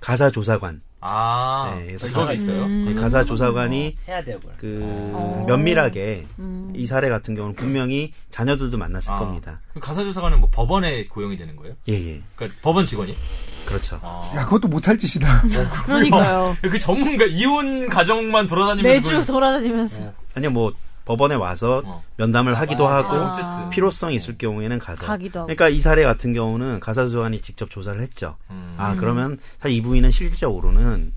F: 가사 조사관,
A: 아,
F: 네, 그래서
A: 이거가
F: 사실-
A: 있어요.
F: 네, 가사 조사관이
D: 해야 돼요, 그걸.
F: 그
B: 어.
F: 면밀하게
B: 음.
F: 이 사례 같은 경우는 분명히 자녀들도 만났을
A: 아.
F: 겁니다.
A: 그럼 가사조사관은 뭐 법원에 고용이 되는 거예요?
F: 예예,
A: 그러니까 법원 직원이?
F: 그렇죠.
A: 아.
C: 야, 그것도 못할 짓이다.
B: 그러니까요.
A: 그 전문가 이혼 가정만 돌아다니면서
B: 매주 돌아다니면서.
F: 아니요 뭐 법원에 와서
A: 어.
F: 면담을 하기도
A: 아,
F: 하고
A: 어쨌든
F: 필요성이 있을 경우에는 가서
B: 가기도 하고.
F: 그러니까 이 사례 같은 경우는 가사 조사관이 직접 조사를 했죠.
A: 음.
F: 아 그러면 사실 이 부인은 실질적으로는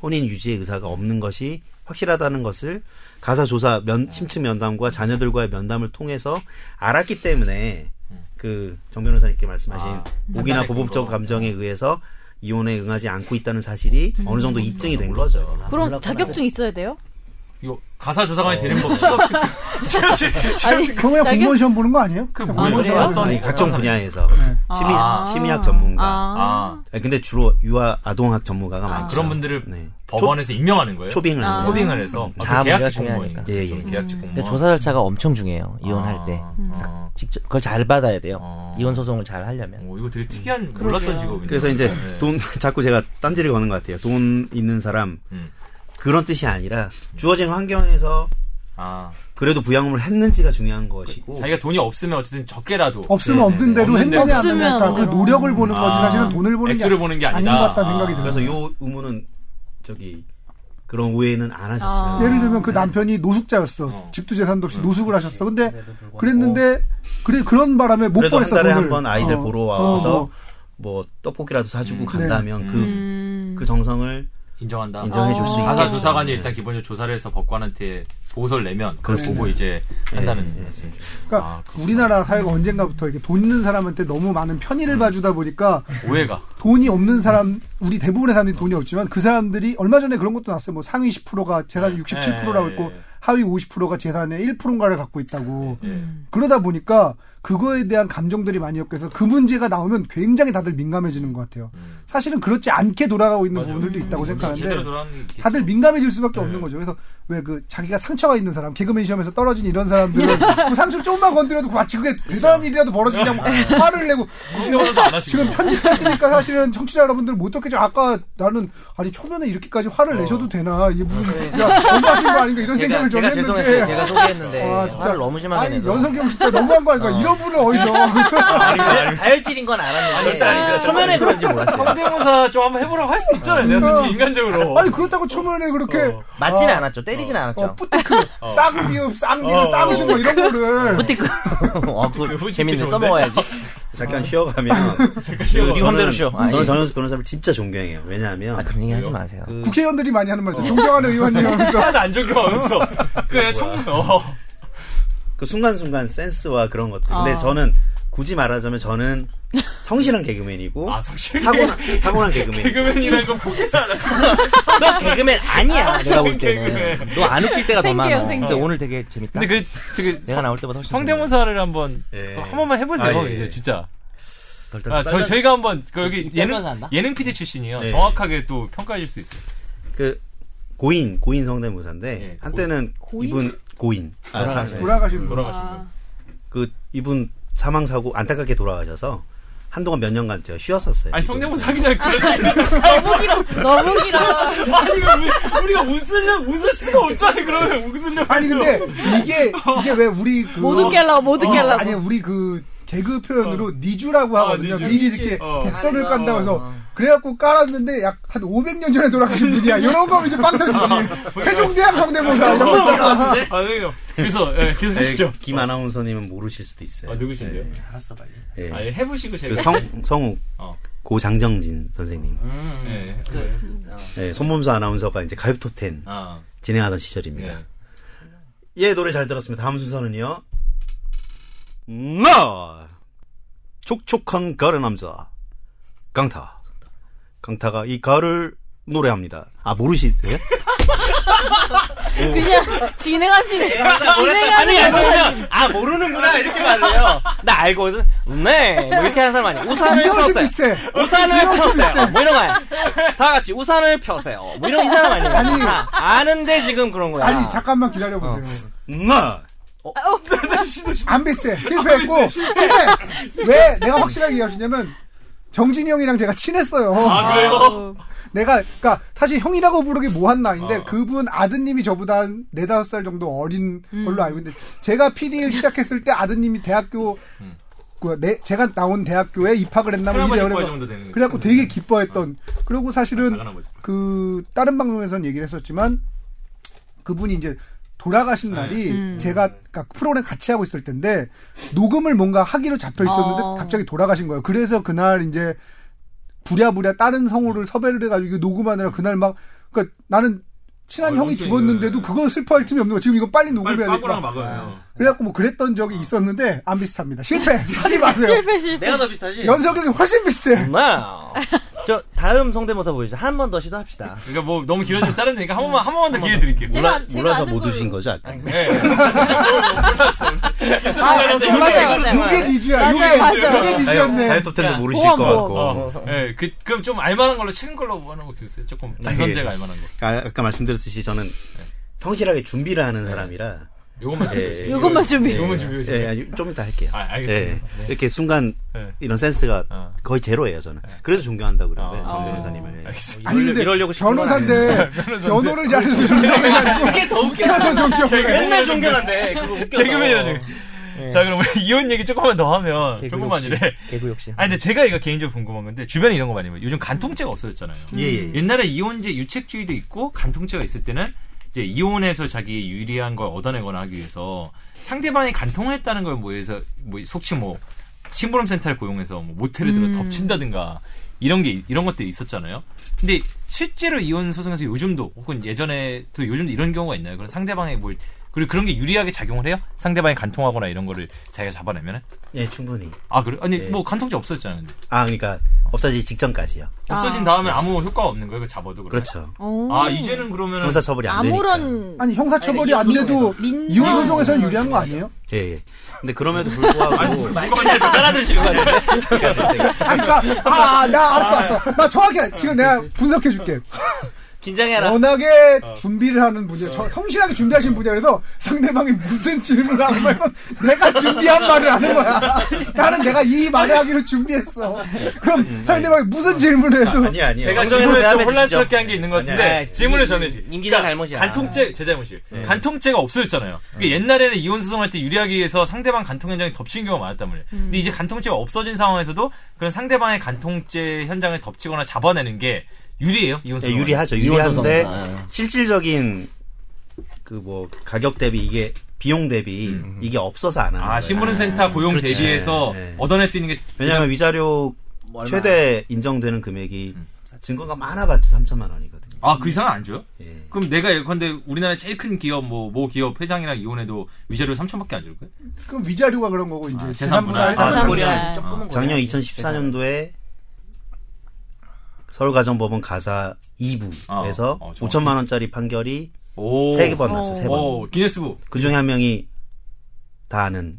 F: 혼인 유지의 의사가 없는 것이 확실하다는 것을 가사 조사 면 심층 면담과 자녀들과의 면담을 통해서 알았기 때문에 그 정 변호사님께 말씀하신
A: 아,
F: 오기나
A: 판단의
F: 보복적
A: 근거.
F: 감정에 의해서 이혼에 응하지 않고 있다는 사실이 어느 정도 입증이 된 거죠.
B: 그럼
D: 몰랐구나.
B: 자격증 있어야 돼요?
A: 이거 가사조사관이 되는 법 <laughs> 취업 특
B: 아니,
C: 그거 그냥
B: 자격-
C: 공무원 시험 보는 거 아니에요?
A: 그
C: 그냥
A: 뭐예요?
C: 공무원 시험 보는 거.
F: 아니, 각종 분야에서 심리,
A: 아.
F: 심리학 전문가.
A: 아,
F: 아니, 예, 근데 주로 유아 아동학 전문가가 많죠.
A: 그런 분들을
F: 네.
A: 법원에서 임명하는 거예요?
F: 초, 빙을
B: 아.
F: 하는
A: 초빙을 해서 아, 그
D: 자문이
A: 계약직
D: 중요하니까.
A: 공무원인가?
F: 예, 예.
A: 좀 계약직 공무원.
D: 근데 그러니까 조사 절차가 엄청 중요해요. 이혼할
A: 아,
D: 때.
A: 어.
D: 직접 그걸 잘 받아야 돼요.
A: 어.
D: 이혼 소송을 잘 하려면.
A: 오, 어, 이거 되게 특이한 몰랐던 직업이네.
F: 그래서 이제
A: 네.
F: 돈 자꾸 제가 딴지를 거는 것 같아요. 돈 있는 사람
A: 음.
F: 그런 뜻이 아니라 주어진 환경에서
A: 아,
F: 그래도 부양을 했는지가 중요한 것이고
A: 자기가 돈이 없으면 어쨌든 적게라도
C: 없으면
F: 네,
C: 없는
F: 네.
C: 대로
A: 없는
C: 했느냐 안
B: 대로.
C: 했느냐 그러니까 그
B: 없으면.
C: 노력을 보는 거지
A: 아.
C: 사실은 돈을 보는
A: 액수를 보는 게
C: 아닌
A: 아니다.
C: 것 같다는 생각이
A: 아.
C: 들어요.
F: 그래서 요 의무는 저기 그런 오해는 안 하셨어요.
B: 아.
C: 예를 들면 그 남편이 노숙자였어.
A: 어.
C: 집도 재산도 없이 노숙을 하셨어.
F: 네,
C: 근데 그랬는데 그래 그런 바람에 못
F: 어. 그래도 한
C: 벌었어
F: 달에
C: 돈을.
F: 한 번 아이들
C: 어.
F: 보러
C: 어,
F: 와서
C: 뭐.
F: 뭐 떡볶이라도 사주고
A: 음.
F: 간다면
A: 네.
F: 그 그
B: 음.
F: 정성을
A: 인정한다.
F: 인정해 줄 수 있게
A: 가사 조사관이
F: 네.
A: 일단 기본적으로 조사를 해서 법관한테 보고서를 내면 그걸 보고 이제 한다는 말씀이죠.
C: 그러니까
A: 아, 그렇구나.
C: 우리나라 사회가 언젠가부터 이게 돈 있는 사람한테 너무 많은
A: 음.
C: 편의를 봐주다 보니까
A: 오해가
C: 돈이 없는 사람 우리 대부분의 사람들이 돈이 없지만 그 사람들이 얼마 전에 그런 것도 났어요. 뭐 상위 10%가
A: 네.
C: 재산 67%라고 했고
A: 예.
C: 하위 50%가 재산의 1%인가를 갖고 있다고.
A: 예.
C: 그러다 보니까 그거에 대한 감정들이 많이 엮여서 그 문제가 나오면 굉장히 다들 민감해지는 것 같아요.
A: 음.
C: 사실은 그렇지 않게 돌아가고 있는
A: 맞아요. 음.
C: 부분들도 뭐 있다고
A: 제대로
C: 생각하는데
A: 돌아가는 게 있겠죠.
C: 다들 민감해질 수밖에
A: 네.
C: 없는 거죠. 그래서 왜 그 자기가 상처가 있는 사람, 개그맨 시험에서 떨어진 이런 사람들은 그 상처를 조금만 건드려도 마치 그게 대단한 일이라도 벌어진다고 화를 내고
A: 국내보다도 안 하시고
C: 지금 편집했으니까 사실은 청취자 여러분들 못 듣겠죠. 아까 나는 아니 초면에 이렇게까지 화를 내셔도 되나 이게 무슨 야 너무하신 거 아닌가 이런
D: 제가,
C: 생각을 좀
D: 제가
C: 했는데
D: 죄송했어요. 제가 소개했는데
C: 와, 진짜.
D: 화를 너무 심하게
C: 아니
D: 내서
C: 연석형 진짜 너무한 거 아닌가 이런 분을 어디서
D: 다- 다혈질인 건 알았는데
A: 절대 아닙니다.
D: 초면에 그런지 몰랐어요. 음.
A: 성대모사 좀 한번 해보라고 할 수도 있잖아요. 내가 솔직히 인간적으로.
C: 아니 그렇다고 초면에 그렇게
D: 맞진 않았죠. 때리진
C: 어,
D: 않았죠.
C: 뿌띠크 쌍비읍 쌍디르
A: 어.
C: 쌍신 뭐 이런 거를
D: 뿌띠크. <laughs> 어, 그거 아,
A: 뿌띠크
D: 재밌네.
A: 좋은데?
D: 써먹어야지.
F: 잠깐 쉬어가면
A: 잠깐 쉬어가.
F: 저는-
D: 네 맘대로 쉬어. 아,
F: 저는
D: 예.
F: 전현수 변호사를 진짜 존경해요. 왜냐하면
D: 아, 그런 얘기 하지 마세요.
C: 국회의원들이 많이 하는 말이죠. 존경하는 의원님 하면서
A: 하나도 안 적용하면서 그냥 총 어.
F: 그 순간순간 센스와 그런 것들. 근데
B: 아.
F: 저는 굳이 말하자면 저는 성실한 개그맨이고
A: 아 성실
F: 타고난 타고난
A: <laughs>
F: 개그맨.
A: 개그맨이라는 건 포기를 안 하고
D: 너 개그맨 아니야. 내가 볼 때는. 너 안 웃길 때가 더
B: 생겨요,
D: 많아.
B: 생겨요.
D: 근데 오늘 되게 재밌다.
A: 근데 그 되게
D: 내가 나올 때보다 훨씬
A: 성대모사를 한번 어,
F: 예.
A: 한 번만 해보세요.
F: 아, 예, 예.
A: 이제 진짜.
D: 재밌다.
A: 아, 저, 저희가 한번 그 여기 예능
D: 떨면서 한다?
A: 예능 PD 출신이요.
F: 네.
A: 정확하게 또 평가해 줄 수 있어요.
F: 그 고인 고인 성대모사인데
A: 예,
F: 한때는
B: 고인?
F: 이분 고인 아, 사- 네.
C: 돌아가신 분.
A: 돌아가신 분.
B: 아.
F: 그 이분 사망 사고 안타깝게 돌아가셔서 한동안 몇 년간 제가 쉬었었어요.
A: 아니 성대모사 하기 전에 그런 얘기
B: 너무 길어. 너무 길어.
A: 아니 이거 우리, 우리가 웃으려 웃을 수가 없잖아요. 그러면 웃으려
C: 아니 근데 이게 이게 왜 우리 그
B: 못 웃게 하려고, 못 웃게 하려고.
C: 아니 우리 그 개그 표현으로 니주라고 하거든요.
A: 니주.
C: 미리 이렇게
A: 어.
C: 곡선을
D: 아,
C: 깐다고 해서
D: 어.
C: 그래갖고 깔았는데 약 한 500년 전에 돌아가신 분이야. 이런 거면 이제 빵 터지지. 세종대왕 성대모사. 정말.
A: 아니요. 그래서 예, 계속 하시죠.
F: 네, 김 아나운서님은 모르실 수도 있어요.
A: 아 누구신데요?
D: 알았어, 빨리.
F: 예.
A: 아 예, 해보시고 제가.
F: 그 성, 성욱
A: 어.
F: 고 장정진 선생님,
D: 음.
A: 예.
F: 예, 손범수 아나운서가 이제 가요톱텐
A: 아.
F: 진행하던 시절입니다.
A: 예.
F: 예, 노래 잘 들었습니다. 다음 순서는요. 나! 촉촉한 가을 남자. 강타. 강타가 이 가을을 노래합니다. 아, 모르시세요?
B: 그냥 진행하시네.
D: 항상 모르는
B: 진행하는
D: 아니
B: 거지.
D: 그러면 아 모르는구나 이렇게 말해요. 나 알거든. 네. 뭐 이렇게 하는 사람 아니야. 우산을
C: 이형식
D: 펴세요.
C: 비슷해.
D: 우산을
C: 이형식
D: 펴세요. 뭐 이런 거야. 다 같이 우산을 펴세요. 뭐 이런 이 사람 아니야.
C: 아니.
D: 다 아는데 지금 그런 거야.
C: 아니 잠깐만 기다려 보세요.
F: 뭐. 나
C: 안 비슷해. 실패했고 실패. 왜 내가 확실하게 얘기하시냐면 정진이 형이랑 제가 친했어요.
B: 아우.
C: 내가 그러니까 사실 형이라고 부르기 뭐한 나인데 그분 아드님이 저보다 한 네다섯 살 정도 어린 걸로 알고 있는데 제가 PD를 시작했을 때 아드님이 대학교 그 내, 제가 나온 대학교에 입학을 했나 뭐
A: 트라우마
C: 이래요.
A: 입과일
C: 그래서
A: 정도 되는 거지.
C: 그래갖고 되게 기뻐했던 그리고 사실은
A: 작은 아버지.
C: 그 다른 방송에서는 얘기를 했었지만 그분이 이제 돌아가신 날이
B: 음.
C: 제가 그러니까 프로그램 같이 하고 있을 때인데 녹음을 뭔가 하기로 잡혀 있었는데
B: 어.
C: 갑자기 돌아가신 거예요. 그래서 그날 이제 부랴부랴 다른 성우를 섭외를 해가지고 이거 녹음하느라 그날 막 그러니까 나는 친한
A: 어,
C: 형이
A: 영생이.
C: 죽었는데도 그거 슬퍼할 틈이 없는 거 지금 이거 빨리
A: 빨리
C: 녹음해야
A: 빠꾸랑
C: 되니까
A: 막아요.
C: 그래갖고 뭐 그랬던 적이 있었는데 안 비슷합니다 실패 하지 마세요
B: 실패 실패.
D: 내가 더 비슷하지.
C: 연석이 형이 훨씬
D: 음.
C: 비슷해
D: 나. 저 다음 성대모사 보여주세요. 한 번 더 시도합시다.
A: 그러니까 뭐 너무 길어지면 자르면 되니까 한 번만 한 번만 더 기회 드릴게요.
B: 제가 제가
F: 몰라서
B: 아는
F: 못
B: 걸로.
F: 드신 거죠 아까?
A: 예. 몰랐어요.
B: 맞아요, 맞아요, 맞아요.
C: 요게 니즈야
B: 맞아요, 맞아요.
C: 요게 요게 니즈였네
F: 다이어트텐도 모르실
B: 보험,
F: 것 같고
A: 어, 예, 그, 그럼 좀 알만한 걸로 최근 걸로 뭐 하는 것도 있어요. 조금
F: 예.
A: 남선재가 알만한 거.
F: 아, 아까 말씀드렸듯이 저는 성실하게 준비를 하는 사람이라
A: 요것만 좀.
F: 예, 예.
B: 요것만 준비.
A: 요것만 준비해 주세요.
F: 예, 아니, 좀 이따 할게요.
A: 아, 알겠습니다.
F: 예, 이렇게 순간 이런 센스가
A: 어.
F: 거의 제로예요 저는. 그래서 존경한다고 그러는데
A: 어.
F: 정
B: 어.
F: 변호사님을. 예.
C: 아니 근데
D: 이러려고 시키는
C: <laughs>
D: 건
C: 변호사인데 변호를 잘해서 존경을
D: <laughs>
C: 하고
D: 그게 더 웃겨.
C: 웃겨서 존경을 해.
D: 맨날 존경한데 그거 웃겨.
A: 그러니까
D: 어.
A: 개그맨이라 지금. 예.
F: 예.
A: 자, 그럼 우리 이혼 얘기 조금만 더 하면 조금만 이래.
D: 개구 욕심.
A: 아니 근데 제가 이거 개인적으로 궁금한 건데 주변에 이런 거 많이 봐요. 요즘 간통죄가 없어졌잖아요.
F: 예, 예.
A: 옛날에 이혼제 유책주의도 있고 간통죄가 있을 때는 이제 이혼해서 자기 유리한 걸 얻어내거나 하기 위해서 상대방이 간통했다는 걸 뭐해서 뭐 속칭 뭐 심부름 센터를 고용해서 뭐 모텔에 들어 덮친다든가 이런 게 이런 것들이 있었잖아요. 근데 실제로 이혼 소송에서 요즘도 혹은 예전에도 요즘도 이런 경우가 있나요? 그런 상대방의 뭘 그리고 그런 게 유리하게 작용을 해요? 상대방이 간통하거나 이런 거를 자기가 잡아내면은
F: 예, 충분히.
A: 아 그래? 아니
F: 네.
A: 뭐 간통죄 없어졌잖아요. 근데.
F: 아, 그러니까 없어지기 직전까지요.
A: 없어진
B: 아.
A: 다음에 아무 효과가 없는 거예요. 그 잡아도 그러면?
F: 그렇죠.
B: 오.
A: 아 이제는 그러면은
F: 형사 처벌이 안 되니까.
B: 어. 음. 아무런
C: 아니 형사 처벌이 안 돼도
B: 민사
C: 이혼 소송에서는 유리한 거 아니에요?
F: 예, 예. 근데
D: <laughs>
F: 그럼에도 불구하고
D: 뭐, 따라드시는 거 같아.
C: 아니, 그러니까 아나 알았어 알았어 나 정확히 지금 내가 분석해 줄게
D: 긴장해라.
C: 워낙에 준비를 하는 분야 저 성실하게 준비하신 분야라서 상대방이 무슨 질문을 하고 말건 내가 준비한 말을 하는 거야 나는 내가 이 말을 하기로 준비했어 그럼 상대방이 무슨 질문을 해도
F: <laughs> 아니 아니에요.
A: 제가
D: 정정해서
A: 질문을 좀
D: 대답해
A: 혼란스럽게
D: 주시죠. 네,
A: 한 게 있는 것 같은데
D: 아니, 아니,
A: 질문을
D: 임-
A: 전해지.
D: 임 기자 잘못이야. 네.
A: 간통죄 제 잘못이에요. 간통죄가 없어졌잖아요. 그러니까 옛날에는 이혼 소송할 때 유리하기 위해서 상대방 간통 현장에 덮친 경우가 많았단 말이에요. 근데 이제 간통죄가 없어진 상황에서도 그런 상대방의 간통죄 현장을 덮치거나 잡아내는 게 유리해요. 이혼
F: 예,
A: 소송.
D: 네,
F: 유리하죠.
D: 이혼소송이다.
F: 유리한데
D: 예.
F: 실질적인 그 뭐 가격 대비 이게 비용 대비
D: 음,
F: 이게 없어서 안 하는
A: 아
F: 거예요.
D: 네.
A: 신문센터 고용
F: 그렇지.
A: 대비해서
F: 예, 예.
A: 얻어낼 수 있는 게
F: 왜냐하면 위자료
D: 뭐 얼마야?
F: 최대 인정되는 금액이
D: 음.
F: 증거가 많아봤자 3천만 원이거든요.
A: 아 그 이상은 안 줘요?
F: 예.
A: 그럼 내가 예컨대 우리나라 제일 큰 기업 뭐 모 기업 회장이랑 이혼해도 위자료 3천밖에 안 줄 거예요?
C: 그럼 위자료가 그런 거고 이제
A: 아, 재산분할.
C: 재산분할
A: 아,
B: 재산분할.
D: 머리는 조금은
F: 작년
D: 고려하지.
F: 2014년도에 서울가정법원 가사 2부에서
A: 어, 어, 정확히.
F: 5천만 원짜리 판결이
A: 오.
F: 세 번 났어, 세
A: 오,
F: 번.
A: 기네스북.
F: 그 중에 한 명이 다 아는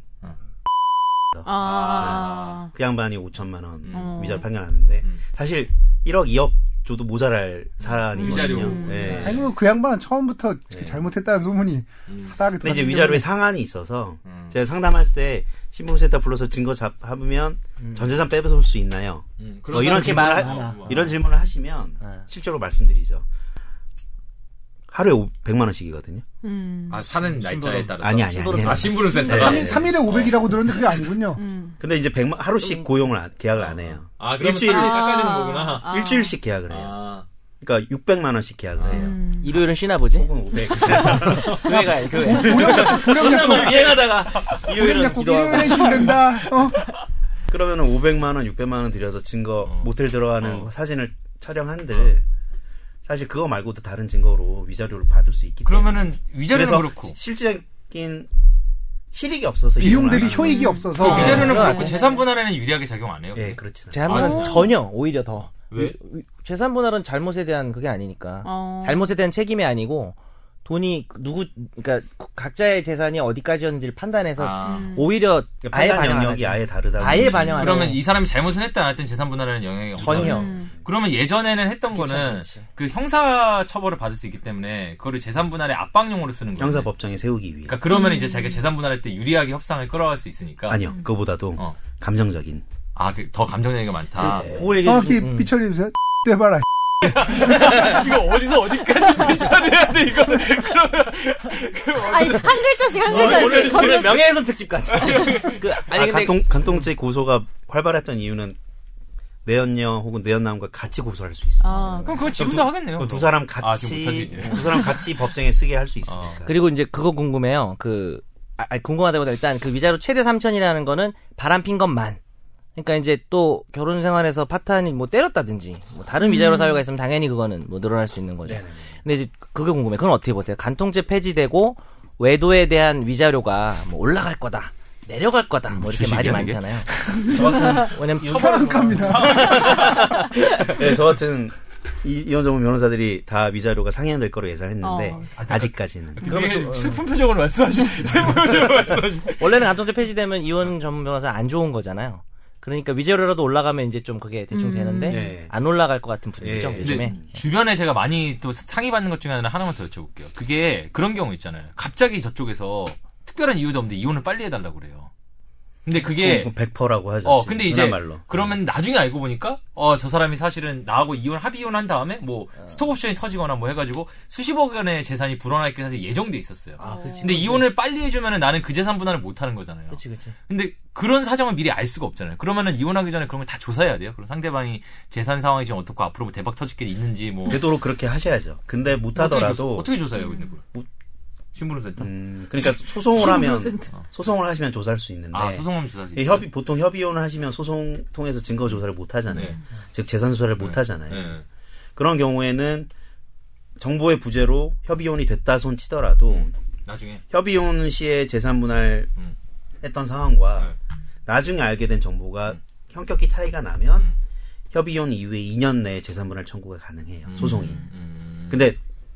B: 아.
F: 그 양반이 5천만 원
A: 음.
F: 위자료 판결났는데
A: 음.
F: 사실 1억, 2억 줘도 모자랄 사안이거든요.
A: 위자료.
F: 예.
C: 아니 그럼 그 양반은 처음부터
F: 네.
C: 잘못했다는 소문이
A: 음.
C: 하다하게
F: 근데 이제
C: 들었기
F: 위자료에
C: 때문에
F: 상한이 있어서
A: 음.
F: 제가 상담할 때 신분센터 불러서 증거 잡으면 전재산 빼앗을 수 있나요?
A: 음,
F: 뭐 이런
D: 사람들이
F: 질문을
D: 많아,
F: 하,
D: 많아.
F: 이런 질문을 하시면
D: 네.
F: 실제로 말씀드리죠. 하루에 100만 원씩이거든요.
B: 음.
A: 아 사는 날짜에 따라서
F: 아니, 아니, 아니.
A: 아 심부름 센터
F: 네.
C: 삼 3일에 500이라고 들었는데 그게 아니군요.
B: 음.
F: 근데 이제 100만 하루씩 고용을 안- 계약을 안 해요.
A: 아 그러면
F: 일주일에
A: 일주일에
B: 아.
A: 깎아주는 거구나
B: 아.
F: 일주일씩 계약을 해요.
A: 아.
F: 그러니까 600만 원씩 계약을 해요.
B: 음.
D: 일요일은 쉬나 보지?
F: 혹은 500.
D: 교회가 교회.
C: 고령약국,
D: 비행하다가 일요일은
C: 고령약국
D: 기도하고.
C: 일요일에 신된다. 어?
F: 그러면 500만 원, 600만 원 들여서 증거 모텔 들어가는 사진을 촬영한들 사실 그거 말고도 다른 증거로 위자료를 받을 수 있기 때문에
A: 그러면은 위자료는
F: 그래서
A: 그렇고
F: 실질적인 실익이 없어서
C: 비용
F: 이용을
C: 대비
F: 안 하는
C: 효익이
F: 거예요.
C: 없어서
D: 어,
A: 위자료는
D: 그건
A: 그렇고
D: 아니네.
A: 재산 분할에는 유리하게 작용 안 해요.
F: 그러니까 예, 그렇지.
D: 재산 분할은
B: 아.
D: 전혀 오히려 더.
A: 왜?
D: 위- 위- 재산 분할은 잘못에 대한 그게 아니니까.
B: 어.
D: 잘못에 대한 책임이 아니고 돈이 누구 그러니까 각자의 재산이 어디까지였는지를 판단해서
A: 아.
F: 음.
B: 음.
D: 오히려 아예
F: 그러니까 판단
D: 반영 안
F: 영역이
D: 하죠.
F: 아예 다르다.
D: 아예 반영 안 해요.
A: 그러면 이 사람이 잘못을 했든 안 했든 재산 분할에는 영향이 없죠.
D: 전혀.
B: 음.
A: 그러면 예전에는 했던
D: 그쵸,
A: 거는
D: 그치.
A: 그 형사 처벌을 받을 수 있기 때문에 그거를 재산 분할의 압박용으로 쓰는 거예요.
F: 형사 법정에 세우기 위해.
A: 그러니까 그러면 이제 자기가 재산 분할할 때 유리하게 협상을 끌어갈 수 있으니까.
F: 아니요,
D: 음.
F: 그거보다도
A: 어.
F: 감정적인.
A: 아, 그 더 감정 얘기가 많다.
F: 예.
D: 그걸 얘기해
C: 정확히
D: 주시면, 음.
C: 삐처리해주세요. 돼봐라.
A: 이거 어디서 어디까지 처리해야 돼 이거는. 그러면
B: 아니 한 글자씩
A: 어,
B: 한 글자씩
D: 오늘
B: 검열
D: 명예훼손 특집까지. 그, 아니
F: 아,
D: 근데 음.
F: 간통, 간통죄 고소가 활발했던 이유는 내연녀 혹은 내연남과 같이 고소할 수 있어.
B: 아,
A: 그럼 그거 지금도 하겠네요.
F: 두 사람
A: 아, 지금 못하지,
F: 같이
A: 이제. 어.
F: 두 사람 같이 <laughs> 법정에 쓰게 할 수 있으니까.
D: 그리고 이제 그거 궁금해요. 그 아, 아니, 궁금하다보다 일단 그 위자료 최대 3천이라는 거는 바람핀 것만. 그러니까 이제 또 결혼 생활에서 파탄이 뭐 때렸다든지 뭐 다른
C: 음.
D: 위자료 사유가 있으면 당연히 그거는 뭐 늘어날 수 있는 거죠.
F: 네,
D: 근데 이제 그게 궁금해. 그건 어떻게 보세요? 간통죄 폐지되고 외도에 대한 위자료가 뭐 올라갈 거다. 내려갈 거다. 뭐 이렇게 말이
A: 주식이야, 이게?
D: 많잖아요.
F: <laughs> 저같은
D: 왜냐면
C: 사랑합니다.
F: 네, 저 같은 이- 이현정 변호사들이 다 위자료가 상향될 거로 예상했는데
B: 어.
A: 그
F: 아직까지는
A: 되게 어. 슬픈 표정으로 말씀하시. <laughs> 슬픈 표정으로 말씀하시.
D: <laughs> 원래는 간통죄 폐지되면 이혼 전문 변호사 안 좋은 거잖아요. 그러니까 위자료라도 올라가면 이제 좀 그게 대충 되는데
F: 네.
D: 안 올라갈 것 같은 분위기죠
F: 예.
D: 요즘에.
A: 근데 주변에 제가 많이 또 상의받는 것 중에 하나 하나만 더 여쭤볼게요. 그게 그런 경우 있잖아요. 갑자기 저쪽에서 특별한 이유도 없는데 이혼을 빨리 해달라고 그래요. 근데 그게
F: 100%라고 하죠.
A: 예. 어 근데 이제
F: 말로.
D: 음.
A: 그러면 나중에 알고 보니까 어 저 사람이 사실은 나하고 이혼 합의 이혼한 다음에 뭐
D: 어.
A: 스톡옵션이 터지거나 뭐 해가지고 수십억 원의 재산이 불어나게 사실 예정돼 있었어요.
D: 아, 그치.
A: 근데 이혼을 빨리 해주면은 나는 그 재산 분할을 못 하는 거잖아요.
D: 그치, 그치.
A: 근데 그런 사정을 미리 알 수가 없잖아요. 그러면은 이혼하기 전에 그런 걸 다 조사해야 돼요. 그럼 상대방이 재산 상황이 지금 어떻고 앞으로 뭐 대박 터질 게 있는지 뭐
F: 되도록 그렇게 하셔야죠. 근데 못하더라도
A: 어떻게, 조사, 해요 근데 그걸?
F: 뭐-
A: 신부름센터?
F: 음, 그러니까 소송을 하면 소송을 하시면 조사할 수 있는데
A: 아 소송하면 조사 수 있어요.
F: 이 네. 예, 협의 보통 협의혼을 하시면 소송 통해서 증거 조사를 못 하잖아요.
A: 네.
F: 즉 재산 조사를 못 하잖아요.
A: 네.
F: 그런 경우에는 정보의 부재로 협의혼이 됐다 손 치더라도
A: 나중에
F: 협의혼 시에 재산 분할
A: 음.
F: 했던 상황과
A: 네.
F: 나중에 알게 된 정보가 형격히 차이가 나면
A: 음.
F: 협의혼 이후에 2년 내에 재산 분할 청구가 가능해요. 소송이.
A: 음.
F: 근데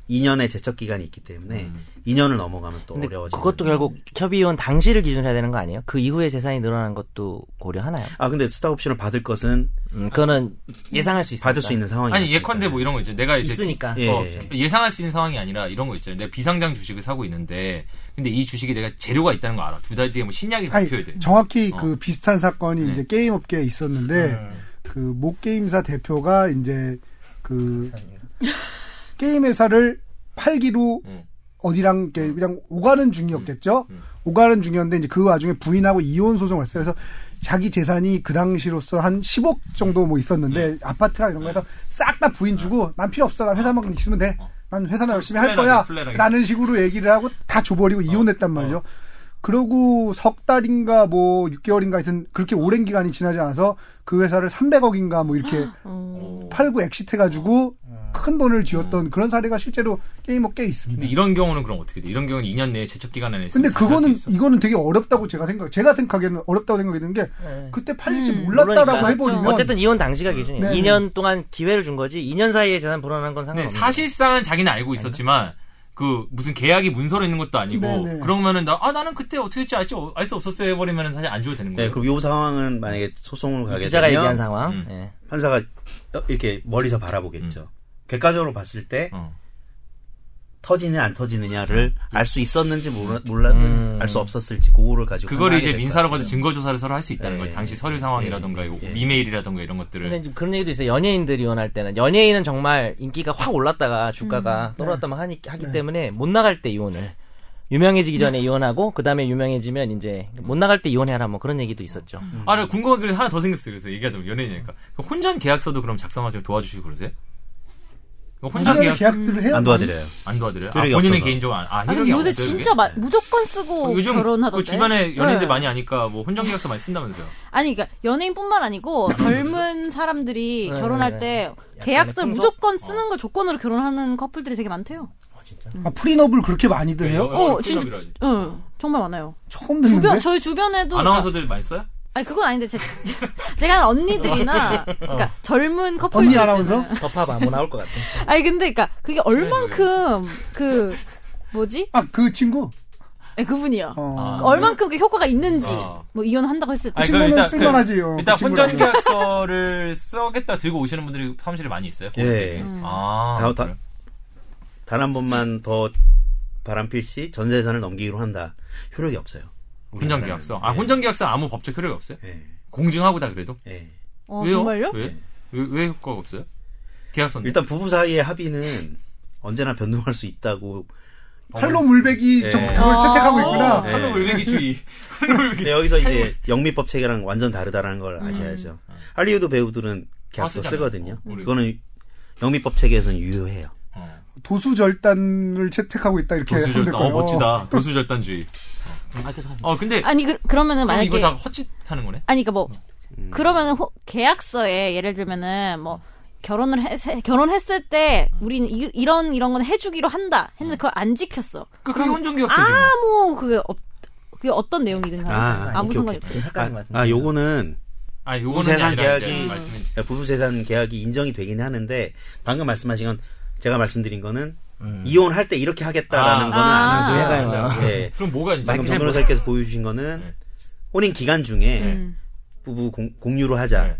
F: 2년의 제척 기간이 있기 때문에 2년을 넘어가면 또
D: 근데
F: 어려워지고.
D: 그것도 결국 협의원 당시를 기준으로 해야 되는 거 아니에요? 그 이후에 재산이 늘어난 것도 고려하나요?
F: 아 근데 스타 옵션을 받을 것은
D: 음, 그거는 예상할 수 있어요.
F: 받을 수 있는 상황이
A: 아니 예컨대 뭐 이런 거 있죠. 내가 이제
D: 있으니까.
F: 예.
A: 어, 예상할 수 있는 상황이 아니라 이런 거 있잖아요. 내가 비상장 주식을 사고 있는데 근데 이 주식에 내가 재료가 있다는 거 알아. 두 달 뒤에 뭐 신약이
C: 아니,
A: 발표돼.
C: 정확히
A: 어.
C: 그 비슷한 사건이
A: 네.
C: 이제 게임 업계에 있었는데 그 모 게임사 대표가 이제 그 게임 회사를 팔기로
A: 음.
C: 어디랑 이렇게 그냥 오가는 중이었겠죠.
A: 음.
C: 오가는 중이었는데 이제 그 와중에 부인하고 이혼 소송을 했어요. 그래서 자기 재산이 그 당시로서 한 10억 정도 뭐 있었는데
A: 네.
C: 아파트랑 이런 거에서 싹 다 부인 주고 난 필요 없어. 난 회사만 있으면 돼. 난 회사나 열심히 할
A: 플레라게, 어.
C: 거야.
A: 플레라게.
C: 라는 식으로 얘기를 하고 다 줘버리고 이혼했단 말이죠. 그러고 석 달인가 뭐 6개월인가 하여튼 그렇게 오랜 기간이 지나지 않아서 그 회사를 300억인가 뭐 이렇게
A: 오.
C: 팔고 엑시트해가지고
A: 어.
C: 큰 돈을 쥐었던
A: 음.
C: 그런 사례가 실제로 게임업계에 있습니다.
A: 근데 이런 경우는 그럼 어떻게 돼? 이런 경우는 2년 내에 제척 기간 안에
C: 근데
A: 있으면 다시 할수
C: 그거는
A: 있어.
C: 이거는 되게 어렵다고 제가 생각 제가 생각하기에는 어렵다고 생각이 드는 게 그때 팔릴지
B: 음,
C: 몰랐다라고
D: 모르니까.
C: 해버리면
D: 그러니까. 어쨌든 이혼 당시가 기준이에요.
C: 네.
D: 2년 동안 기회를 준 거지. 2년 사이에 재산 불어난 건
A: 네,
D: 상관없어요.
A: 사실상은 자기는 알고 있었지만 그 무슨 계약이 문서로 있는 것도 아니고
C: 네, 네.
A: 그러면은 나 아 나는 그때 어떻게 했지 알지 알 수 없었어요 해버리면은 사실 안 줘도 되는 거예요.
F: 네, 그럼 요 상황은 만약에 소송을 가게
D: 기자가 얘기한
F: 되면
D: 상황.
A: 음.
D: 예.
F: 판사가 이렇게 멀리서 바라보겠죠. 객관적으로 봤을 때
A: 어.
F: 터지냐 안 터지느냐를 알 수 있었는지 몰라, 몰랐는 알 수 없었을지 그거를 가지고
A: 음. 그걸
F: 판단하게
A: 이제
F: 될것
A: 민사로
F: 같아요. 네.
A: 가서 증거 조사를 서로 할 수 있다는
F: 예,
A: 거예요. 당시
F: 예,
A: 서류 상황이라던가 이거
F: 예.
A: 이메일이라던가 이런 것들을
D: 근데
B: 네.
D: 이제 그런 얘기도 있어요. 연예인들이 이혼할 때는 연예인은 정말 인기가 확 올랐다가 주가가 떨어졌다 막 하니, 하기 때문에 못 나갈 때 이혼을 유명해지기 전에 이혼하고 그 다음에 유명해지면 이제 못 나갈 때 이혼해라 뭐 그런 얘기도 있었죠.
A: 아, 나 궁금한 게 하나 더 생겼어요. 그래서 얘기하다 보면 연예인이니까. 그럼 혼전 계약서도 그럼 작성하시고 도와주시고 그러세요? 그럼 혼전
C: 분명히
A: 계약
C: 계약들을 해야
F: 안 도와드려요.
A: 안 도와드려요? 아,
F: 효력이
A: 본인은
F: 없어서.
A: 개인적으로 안, 아,
B: 아니 근데
A: 효력이
B: 요새
A: 없어요, 그게?
B: 진짜 마- 무조건 쓰고
A: 요즘
B: 결혼하던데.
A: 그 주변에 연예인들
B: 네.
A: 많이 아니까 뭐 혼전 계약서 많이 쓴다면서요.
B: 아니 그러니까 연예인뿐만
A: 음.
B: 아니고 젊은 사람들이
D: 네,
B: 결혼할
D: 네,
B: 때
D: 약간의
B: 계약서를
D: 풍속?
A: 어.
B: 무조건 쓰는 걸 조건으로 결혼하는 커플들이 되게 많대요.
C: 아, 프리너블 그렇게 많이 드네요.
A: 영어로
B: 어, 진짜.
A: 풀업이라지.
B: 응, 정말 많아요.
C: 처음
B: 주변
C: 듣는데
B: 저희 주변에도 그러니까-
A: 아나운서들 많이 써요?
B: 아니 그건 아닌데 제, <laughs> 가
A: 아,
B: 언니들이나
A: 어.
B: 그러니까 젊은 커플들
C: 언니
B: 있잖아요.
C: 아나운서
D: 덮밥 아무 나올 것 같아.
B: 아니 근데 그러니까 그게 얼만큼 그 뭐지?
C: 아 그 친구
B: 네, 그분이요.
C: 어.
A: 아.
B: 얼만큼 그게 효과가 있는지
A: 어.
B: 뭐 이혼한다고 했을 때.
A: 아니,
C: 친구는
A: 일단 그-
C: 쓸만하지 요
A: 일단 혼전 계약서를 써겠다 들고 오시는 분들이 사무실에 많이 있어요. 음.
F: 예.
A: 아,
F: 다- 다-
A: 그래요?
F: 단 한 번만 더 바람필 씨 전세산을 넘기기로 한다. 효력이 없어요.
A: 혼전 계약서. 아, 혼전 계약서 아무 법적 효력이 없어요?
F: 예.
A: 공증하고 다 그래도?
F: 예.
B: 어,
A: 왜요?
B: 정말요?
A: 왜? 왜, 왜 효과가 없어요? 계약서인데.
F: 일단 부부 사이의 합의는 언제나 변동할 수 있다고.
C: 팔로 물베기
A: 네.
F: 예.
C: 좀 그걸 채택하고
A: 아,
C: 있구나.
F: 네.
A: 칼로 물베기주의.
F: <laughs>
A: 칼로 물베기.
F: 근데 여기서 이제 영미법 체계랑 완전 다르다라는
B: 음.
F: 걸 아셔야죠. 할리우드 배우들은 계약서
A: 아, 쓰잖아요.
F: 쓰거든요.
A: 어, 우리.
F: 그거는 영미법 체계에서는 유효해요.
A: 어.
C: 도수 절단을 채택하고 있다 이렇게 하면
A: 도수절단.
C: 될까요?
A: 어, 멋지다. 도수절단주의. 어, 근데.
B: 아니 그, 그러면은
A: 그럼
B: 만약에
A: 이거 다 어. 헛짓하는 거네?
B: 아니 그러니까 뭐
F: 음.
B: 그러면은 호- 계약서에 예를 들면은
A: 음.
B: 뭐 결혼을 해, 세- 결혼했을 때 우리는 이, 이런 이런 건 해주기로 한다 했는데 그걸 안 지켰어
A: 그, 음. 그게 혼전 계약서지. 뭐.
B: 아무 그게 없 그게 어떤 내용이든 간에
F: 아,
B: 아, 무
F: 오케이,
B: 상관이
F: 오케이.
B: 없어
D: 헷갈린 것
F: 아,
D: 같은데.
F: 아, 요거는
A: 아, 요거는
F: 재산
A: 아니라 이제
F: 계약이- 네,
A: 말씀해 주세요.
F: 부부재산 계약이 인정이 되긴 하는데 방금 말씀하신 건 제가 말씀드린 거는 이혼할 때 이렇게 하겠다라는
A: 아.
F: 거는 안
B: 음. 아.
F: 하고요.
D: 헷갈린다.
F: 예.
A: 그럼 뭐가 이제
F: 방금
A: 그럼
F: 정 변호사님께서 보여주신 거는
A: 네.
F: 혼인 기간 중에
B: 음.
F: 부부 공, 공유로 하자.
A: 네.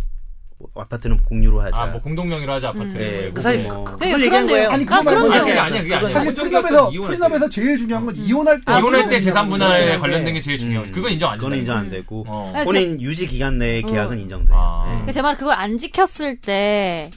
F: 뭐, 아파트는 공유로 하자.
A: 아, 뭐 공동명의로 하자 아파트.
F: 예,
A: 뭐
D: 그 사이
A: 이거.
F: 뭐
D: 그-
B: 그러니까
D: 그걸 얘기한
B: 그런 내용
D: 거예요.
B: 아니
C: 아니,
B: 그건
C: 그건
B: 그런
C: 말고
B: 내용
A: 그게 아니야, 그게 아니야.
C: 사실
A: 혼전
C: 프리덤에서
A: 계약서는 아, 이혼할 때.
C: 프리덤에서 제일 중요한 건 이혼할 때
A: 이혼할 때
C: 합의를
A: 재산 분할에
C: 하는데
A: 관련된 게 제일 중요해.
F: 음,
A: 그건 인정 안
F: 그건
A: 된다.
F: 인정 안 되고
A: 어.
B: 아니,
F: 혼인 유지 기간 내에 계약은 인정돼요.
A: 아.
F: 예.
B: 그러니까 제 말은 그걸 안 지켰을 때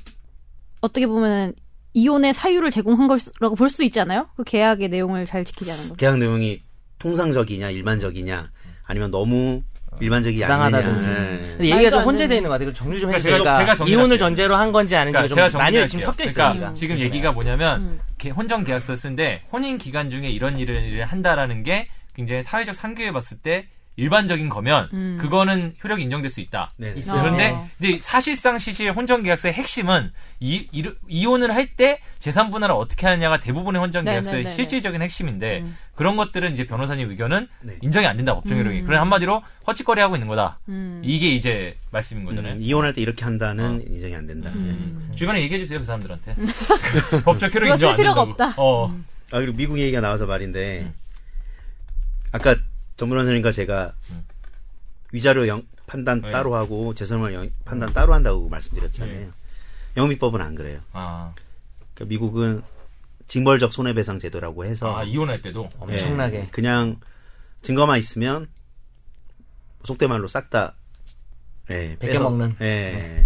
B: 어떻게 보면은 이혼의 사유를 제공한 거라고 볼 수도 있지 않아요? 그 계약의 내용을 잘 지키지 않은 거.
F: 계약 내용이 통상적이냐 일반적이냐 아니면 너무 일반적이지
D: 부당하다든지.
F: 않느냐. 예.
D: 근데 얘기가
B: 말도
D: 좀
B: 안
D: 혼재돼
B: 되는-
D: 있는 것 같아요. 그걸 정리 좀
A: 그러니까
D: 해주세요.
A: 제가- 제가 정리할게요.
D: 이혼을 전제로 한 건지 아닌지
A: 그러니까
D: 좀
A: 제가
D: 많이
A: 정리할게요.
D: 지금 섞여 있어요.
A: 그러니까
D: 얘기가.
A: 지금
D: 죄송해요.
A: 얘기가 뭐냐면 개- 혼전 계약서쓰는데 혼인 기간 중에 이런 일을, 일을 한다라는 게 굉장히 사회적 상규에 봤을 때 일반적인 거면 그거는 효력이 인정될 수 있다.
F: 네.
A: 있어요. 그런데
B: 어.
A: 근데 사실상 시실 혼전 계약서의 핵심은 이, 이, 혼을 할 때 재산 분할을 어떻게 하느냐가 대부분의 혼전
B: 네,
A: 계약서의
B: 네, 음. 네,
A: 실질적인 핵심인데 그런 것들은 이제 변호사님 의견은
F: 네.
A: 인정이 안 된다 법정
B: 음.
A: 효력이. 그런 한마디로 허짓거리 하고 있는 거다. 이게 이제 말씀인 거잖아요.
F: 음, 이혼할 때 이렇게 한다는
A: 어.
F: 인정이 안 된다.
A: 음.
F: 네.
A: 주변에 얘기해 주세요 그 사람들한테 <laughs> 법적 효력
B: 음. 그거 쓸
A: 인정 안
B: 필요가
A: 된다고.
B: 없다. 음.
A: 어.
F: 예. 아 그리고 미국 얘기가 나와서 말인데 아까 전문 선생님과 제가 위자료 영- 판단
A: 네.
F: 따로 하고 재산물 영- 판단 따로 한다고 말씀드렸잖아요. 영미법은 안 그래요.
A: 아,
F: 그러니까 미국은 징벌적 손해배상 제도라고 해서
A: 아, 이혼할 때도
F: 예,
D: 엄청나게.
F: 그냥 증거만 있으면 속대 말로 싹다 예,
D: 베껴
F: 뺏어-
D: 먹는.
F: 예.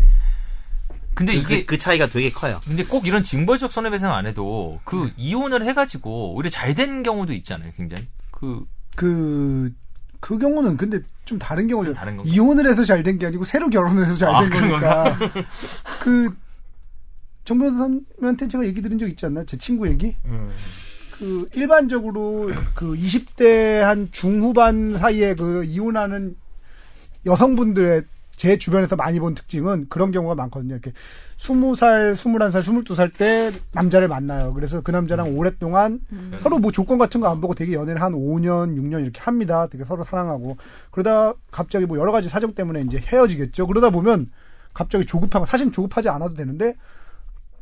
A: 근데
F: 그,
A: 이게
F: 그, 그 차이가 되게 커요.
A: 근데 꼭 이런 징벌적 손해배상 안 해도 그
F: 네.
A: 이혼을 해가지고 오히려 잘 된 경우도 있잖아요 굉장히 그
C: 그, 그 경우는 근데 좀 다른 경우죠.
A: 다른 건가?
C: 이혼을 해서 잘 된 게 아니고 새로 결혼을 해서 잘
A: 아,
C: 된
A: 그런
C: 거니까. <laughs> 그, 정변호사님한테 제가 얘기 들은 적 있지 않나? 요제 친구 얘기?
D: 음.
C: 그, 일반적으로 그 20대 한 중후반 사이에 그 이혼하는 여성분들의 제 주변에서 많이 본 특징은 그런 경우가 많거든요. 이렇게 20살, 21살, 22살 때 남자를 만나요. 그래서 그 남자랑 오랫동안 서로 뭐 조건 같은 거 안 보고 되게 연애를 한 5년, 6년 이렇게 합니다. 되게 서로 사랑하고. 그러다 갑자기 뭐 여러 가지 사정 때문에 이제 헤어지겠죠. 그러다 보면 갑자기 조급하고, 사실 조급하지 않아도 되는데,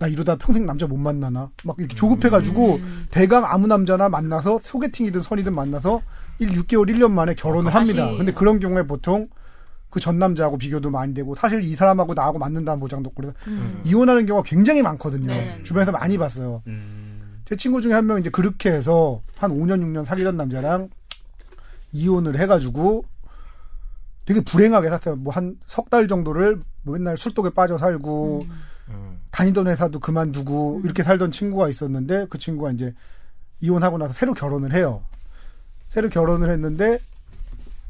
C: 나 이러다 평생 남자 못 만나나? 막 이렇게 조급해가지고, 대강 아무 남자나 만나서 소개팅이든 선이든 만나서 1, 6개월, 1년 만에 결혼을 합니다.
B: 다시.
C: 근데 그런 경우에 보통 그 전 남자하고 비교도 많이 되고 사실 이 사람하고 나하고 맞는다는 보장도 없고 그래서 음. 이혼하는 경우가 굉장히 많거든요.
B: 네.
C: 주변에서 많이 봤어요. 제 친구 중에 한 명 이제 그렇게 해서 한 5년 6년 사귀던 남자랑 이혼을 해가지고 되게 불행하게 살았어요. 뭐 한 석 달 정도를 뭐 맨날 술독에 빠져 살고 다니던 회사도 그만두고 이렇게 살던 친구가 있었는데 그 친구가 이제 이혼하고 나서 새로 결혼을 해요. 새로 결혼을 했는데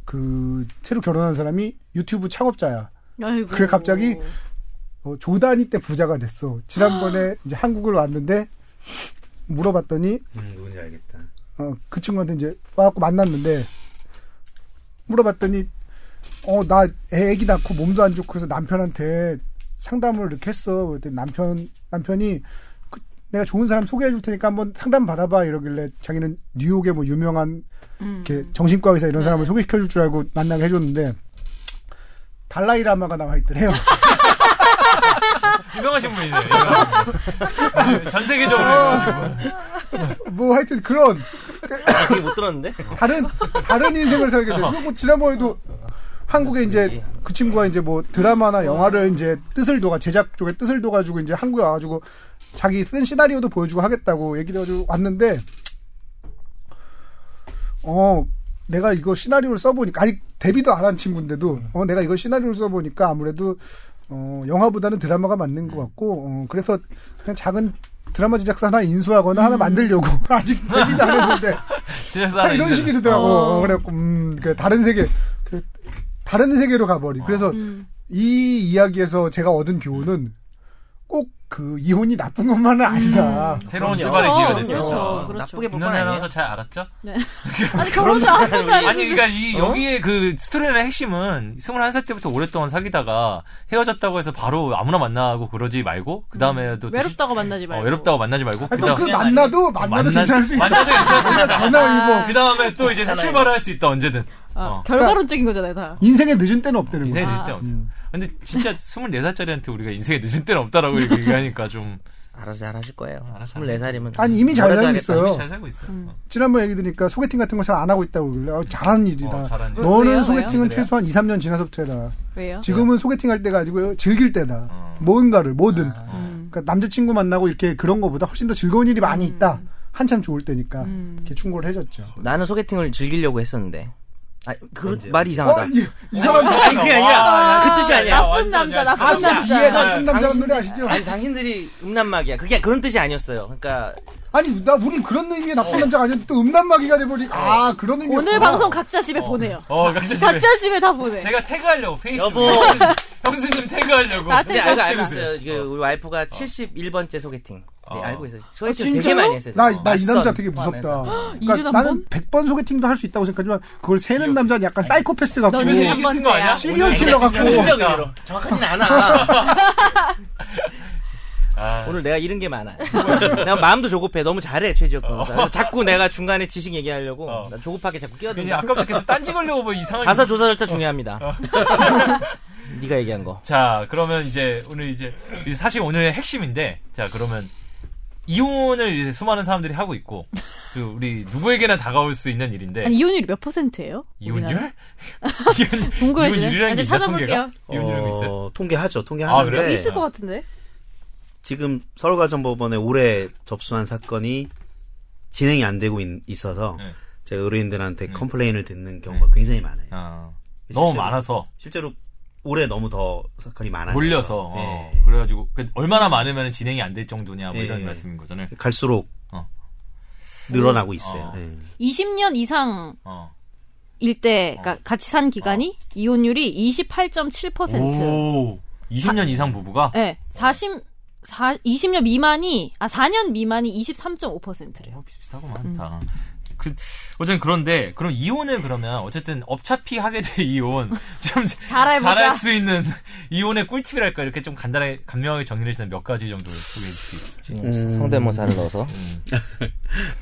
C: 그 새로 결혼한 사람이 유튜브 창업자야.
B: 아이고.
C: 그래, 갑자기? 어, 조단이 때 부자가 됐어. 지난번에 이제 한국을 왔는데 물어봤더니
F: 음, 누군지 알겠다.
C: 어, 그 친구한테 이제 와갖고 만났는데 물어봤더니 어 나 애기 낳고 몸도 안 좋고 그래서 남편한테 상담을 이렇게 했어. 그랬더니 남편 남편이 그, 내가 좋은 사람 소개해 줄 테니까 한번 상담 받아봐 이러길래 자기는 뉴욕에 뭐 유명한 이렇게 정신과 의사 이런 사람을 소개시켜 줄 줄 알고 만나게 해줬는데 달라이라마가 나와 있더래요.
A: 유명하신 분이네요. <laughs> 유명하신 분. 전 세계적으로 해가지고.
C: 뭐 하여튼 그런
D: 그게 못 들었는데?
C: 다른 다른 인생을 살게 돼. 그리고 뭐 지난번에도 한국에 이제 그 친구가 이제 뭐 드라마나 영화를 이제 뜻을 둬가 제작 쪽에 뜻을 둬가지고 이제 한국에 와가지고 자기 쓴 시나리오도 보여주고 하겠다고 얘기를 해가지고 왔는데 어 내가 이거 시나리오를 써보니까 아직 데뷔도 안 한 친구인데도 어 내가 이걸 시나리오를 써보니까 아무래도 어 영화보다는 드라마가 맞는 것 같고 어 그래서 그냥 작은 드라마 제작사 하나 인수하거나 하나 만들려고 <laughs> 아직 데뷔도 안 했는데
A: 진짜
C: 딱 이런 식이 되더라고.
B: 어.
C: 어, 그래갖고, 음, 그래, 다른 세계. 그래, 다른 세계로 가버리. 그래서
B: 음.
C: 이 이야기에서 제가 얻은 교훈은 꼭 그 이혼이 나쁜 것만은 아니다.
A: 새로운
D: 그럼요.
A: 출발의 기회가
B: 그렇죠,
A: 됐었죠.
B: 그렇죠.
D: 나쁘게 볼 건
A: 문화
D: 아니에요.
A: 아나운서 잘 알았죠?
B: 어. <laughs> 아니 결혼도 안 하는 거 아니에요?
A: 아니, 그러니까 이
D: 어?
A: 여기에 그 스토리의 핵심은 21살 때부터 오랫동안 사귀다가 헤어졌다고 해서 바로 아무나 만나고 그러지 말고 그 다음에도
B: 외롭다고 만나지
A: 어,
B: 말고.
A: 외롭다고 만나지 말고
C: 아니, 또그
A: 그다음-
C: 만나도, 만나도
A: 만나-
C: 괜찮으니까.
A: 만나도 괜찮습니다.
B: <laughs>
C: 전화 이거.
A: 그 다음에 또 이제 새 출발을 할 수 있다 언제든.
B: 아,
A: 어.
B: 결과론적인 거잖아요 다.
C: 인생의 늦은 때는 없다는
A: 인생에
C: 거야.
A: 늦을 때 없어. 근데 진짜 24살짜리한테 우리가 인생에 늦을 때는
C: <laughs>
A: 없다라고 이렇게 얘기하니까 좀
D: 알아서 잘 하실 거예요.
A: 알아서
D: 24살이면.
C: 아니, 이미 잘
D: 뭐라도
C: 살고
D: 하겠다.
C: 있어요.
A: 이미 잘 살고 있어요.
B: 음.
A: 어.
C: 지난번 얘기 드니까 소개팅 같은 거 잘 안 하고 있다고 그러길래 어, 잘하는 일이다.
A: 어, 잘하는 일.
C: 너는
B: 왜요?
C: 소개팅은
D: 왜요?
C: 최소한 2, 3년 지나서부터 해라.
B: 왜요?
C: 지금은 소개팅 할 때가 아니고요. 즐길 때다.
D: 음.
A: 어.
C: 뭔가를, 뭐든.
D: 아.
B: 음.
C: 그러니까 남자친구 만나고 이렇게 그런 거보다 훨씬 더 즐거운 일이 많이 있다. 한참 좋을 때니까
B: 음.
C: 이렇게 충고를 해줬죠.
D: 나는 소개팅을 즐기려고 했었는데. 아, 그
F: 언제,
D: 말이
C: 어,
D: 이상하다.
C: 이, 이 사람
D: 아니, 그게 아니라. 그 뜻이 아니야.
B: 나쁜 남자, 나쁜
C: 가수
B: 남자.
C: 뒤에 나쁜 남자란
D: 당신들-
C: 노래 아시죠?
D: 아니, 당신들이 음란막이야. 그게 그런 뜻이 아니었어요. 그러니까
C: 아니 나 우린 그런 의미의
D: 어.
C: 나쁜 남자가 아니었는데 또 음란마귀가 돼버리. 아 그런 의미.
B: 오늘 방송 각자 집에 보내요.
A: 어, 각자 집에.
B: 각자 집에 다 보내.
A: 제가 태그하려고 페이스북.
D: 여보.
A: <laughs> 형수님 태그하려고.
B: 나한테
D: 근데 알고 알고
A: 없애주세요.
D: 있어요. 이게 우리 와이프가 71번째 소개팅. 네,
A: 어.
D: 알고 있어요.
B: 아,
D: 소개팅 되게
B: 진짜요?
D: 많이 했어요. 아,
C: 나나 이
D: 맞선
C: 남자 되게 무섭다.
D: 포함해서.
B: 이주에
C: 그러니까
B: 한
C: 나는 100번 소개팅도 할 수 있다고 생각하지만 그걸 세는 남자는 약간 사이코패스 같고
B: 넌
A: 집에서
D: 예.
B: 한
A: 일기 쓴거
B: 번째야.
A: 아니야?
C: 시리얼 킬러 같고
D: 상징적 의미로 정확하진 <laughs> 않아. 오늘 내가 잃은 게 많아. 난 마음도 조급해. 너무 잘해 최지혁 변호사. 그래서 자꾸 내가 중간에 지식 얘기하려고
A: 어.
D: 나 조급하게 자꾸
A: 괜히
D: 끼어든다.
A: 아까부터 계속 딴지 걸려고 뭐 이상하게.
D: 가사 조사 절차 중요합니다. <laughs> 네가 얘기한 거.
A: 자, 그러면 이제 오늘 이제 이제 사실 오늘의 핵심인데, 자 그러면 이혼을 이제 수많은 사람들이 하고 있고, 그 우리 누구에게나 다가올 수 있는 일인데
B: 아니 네. 이혼율이 몇 퍼센트예요? 우리나라?
A: 이혼율? <laughs> 이혼-
B: 궁금해지네.
A: 이혼율이라는 게
B: 이제
A: 있나,
B: 찾아볼게요.
A: 통계가? 이혼율이 뭐 있어요?
F: 어, 통계하죠.
A: 아,
F: 통계하는데
A: 그래요?
B: 있을 것 같은데.
F: 지금 서울가정법원에 올해 접수한 사건이 진행이 안 되고 있, 어서
A: 네.
F: 제가 의뢰인들한테
A: 네.
F: 컴플레인을 듣는 경우가 굉장히 많아요.
A: 아, 너무
F: 실제로-
A: 많아서
F: 실제로 올해 너무 더 사건이 많아요. 네.
A: 몰려서 어, 그래가지고 그 얼마나 많으면 진행이 안 될 정도냐 뭐 이런
F: 예.
A: 말씀인 거잖아요.
F: 갈수록
A: 어.
F: 늘어나고 있어요.
A: 어.
F: 예.
B: 20년 이상
A: 어.
B: 일 때, 그러니까 같이 산 기간이 이혼율이 28.7%.
A: 오, 20년 이상 부부가
B: 네, 40, 4, 20년 미만이, 아, 4년 미만이 23.5%래요.
A: 어,
B: 음.
A: 비슷비슷하고만 다. 그, 어쨌든 그런데, 그럼 이혼을 그러면, 어쨌든, 어차피 하게 될 이혼, <laughs> 좀,
B: 잘해보자.
A: 잘할 수 있는 <laughs> 이혼의 꿀팁이랄까, 이렇게 좀 간단하게, 간명하게 정리를 해주면 몇 가지 정도 소개해 줄 수 있을지.
D: 지금 성대모사를 넣어서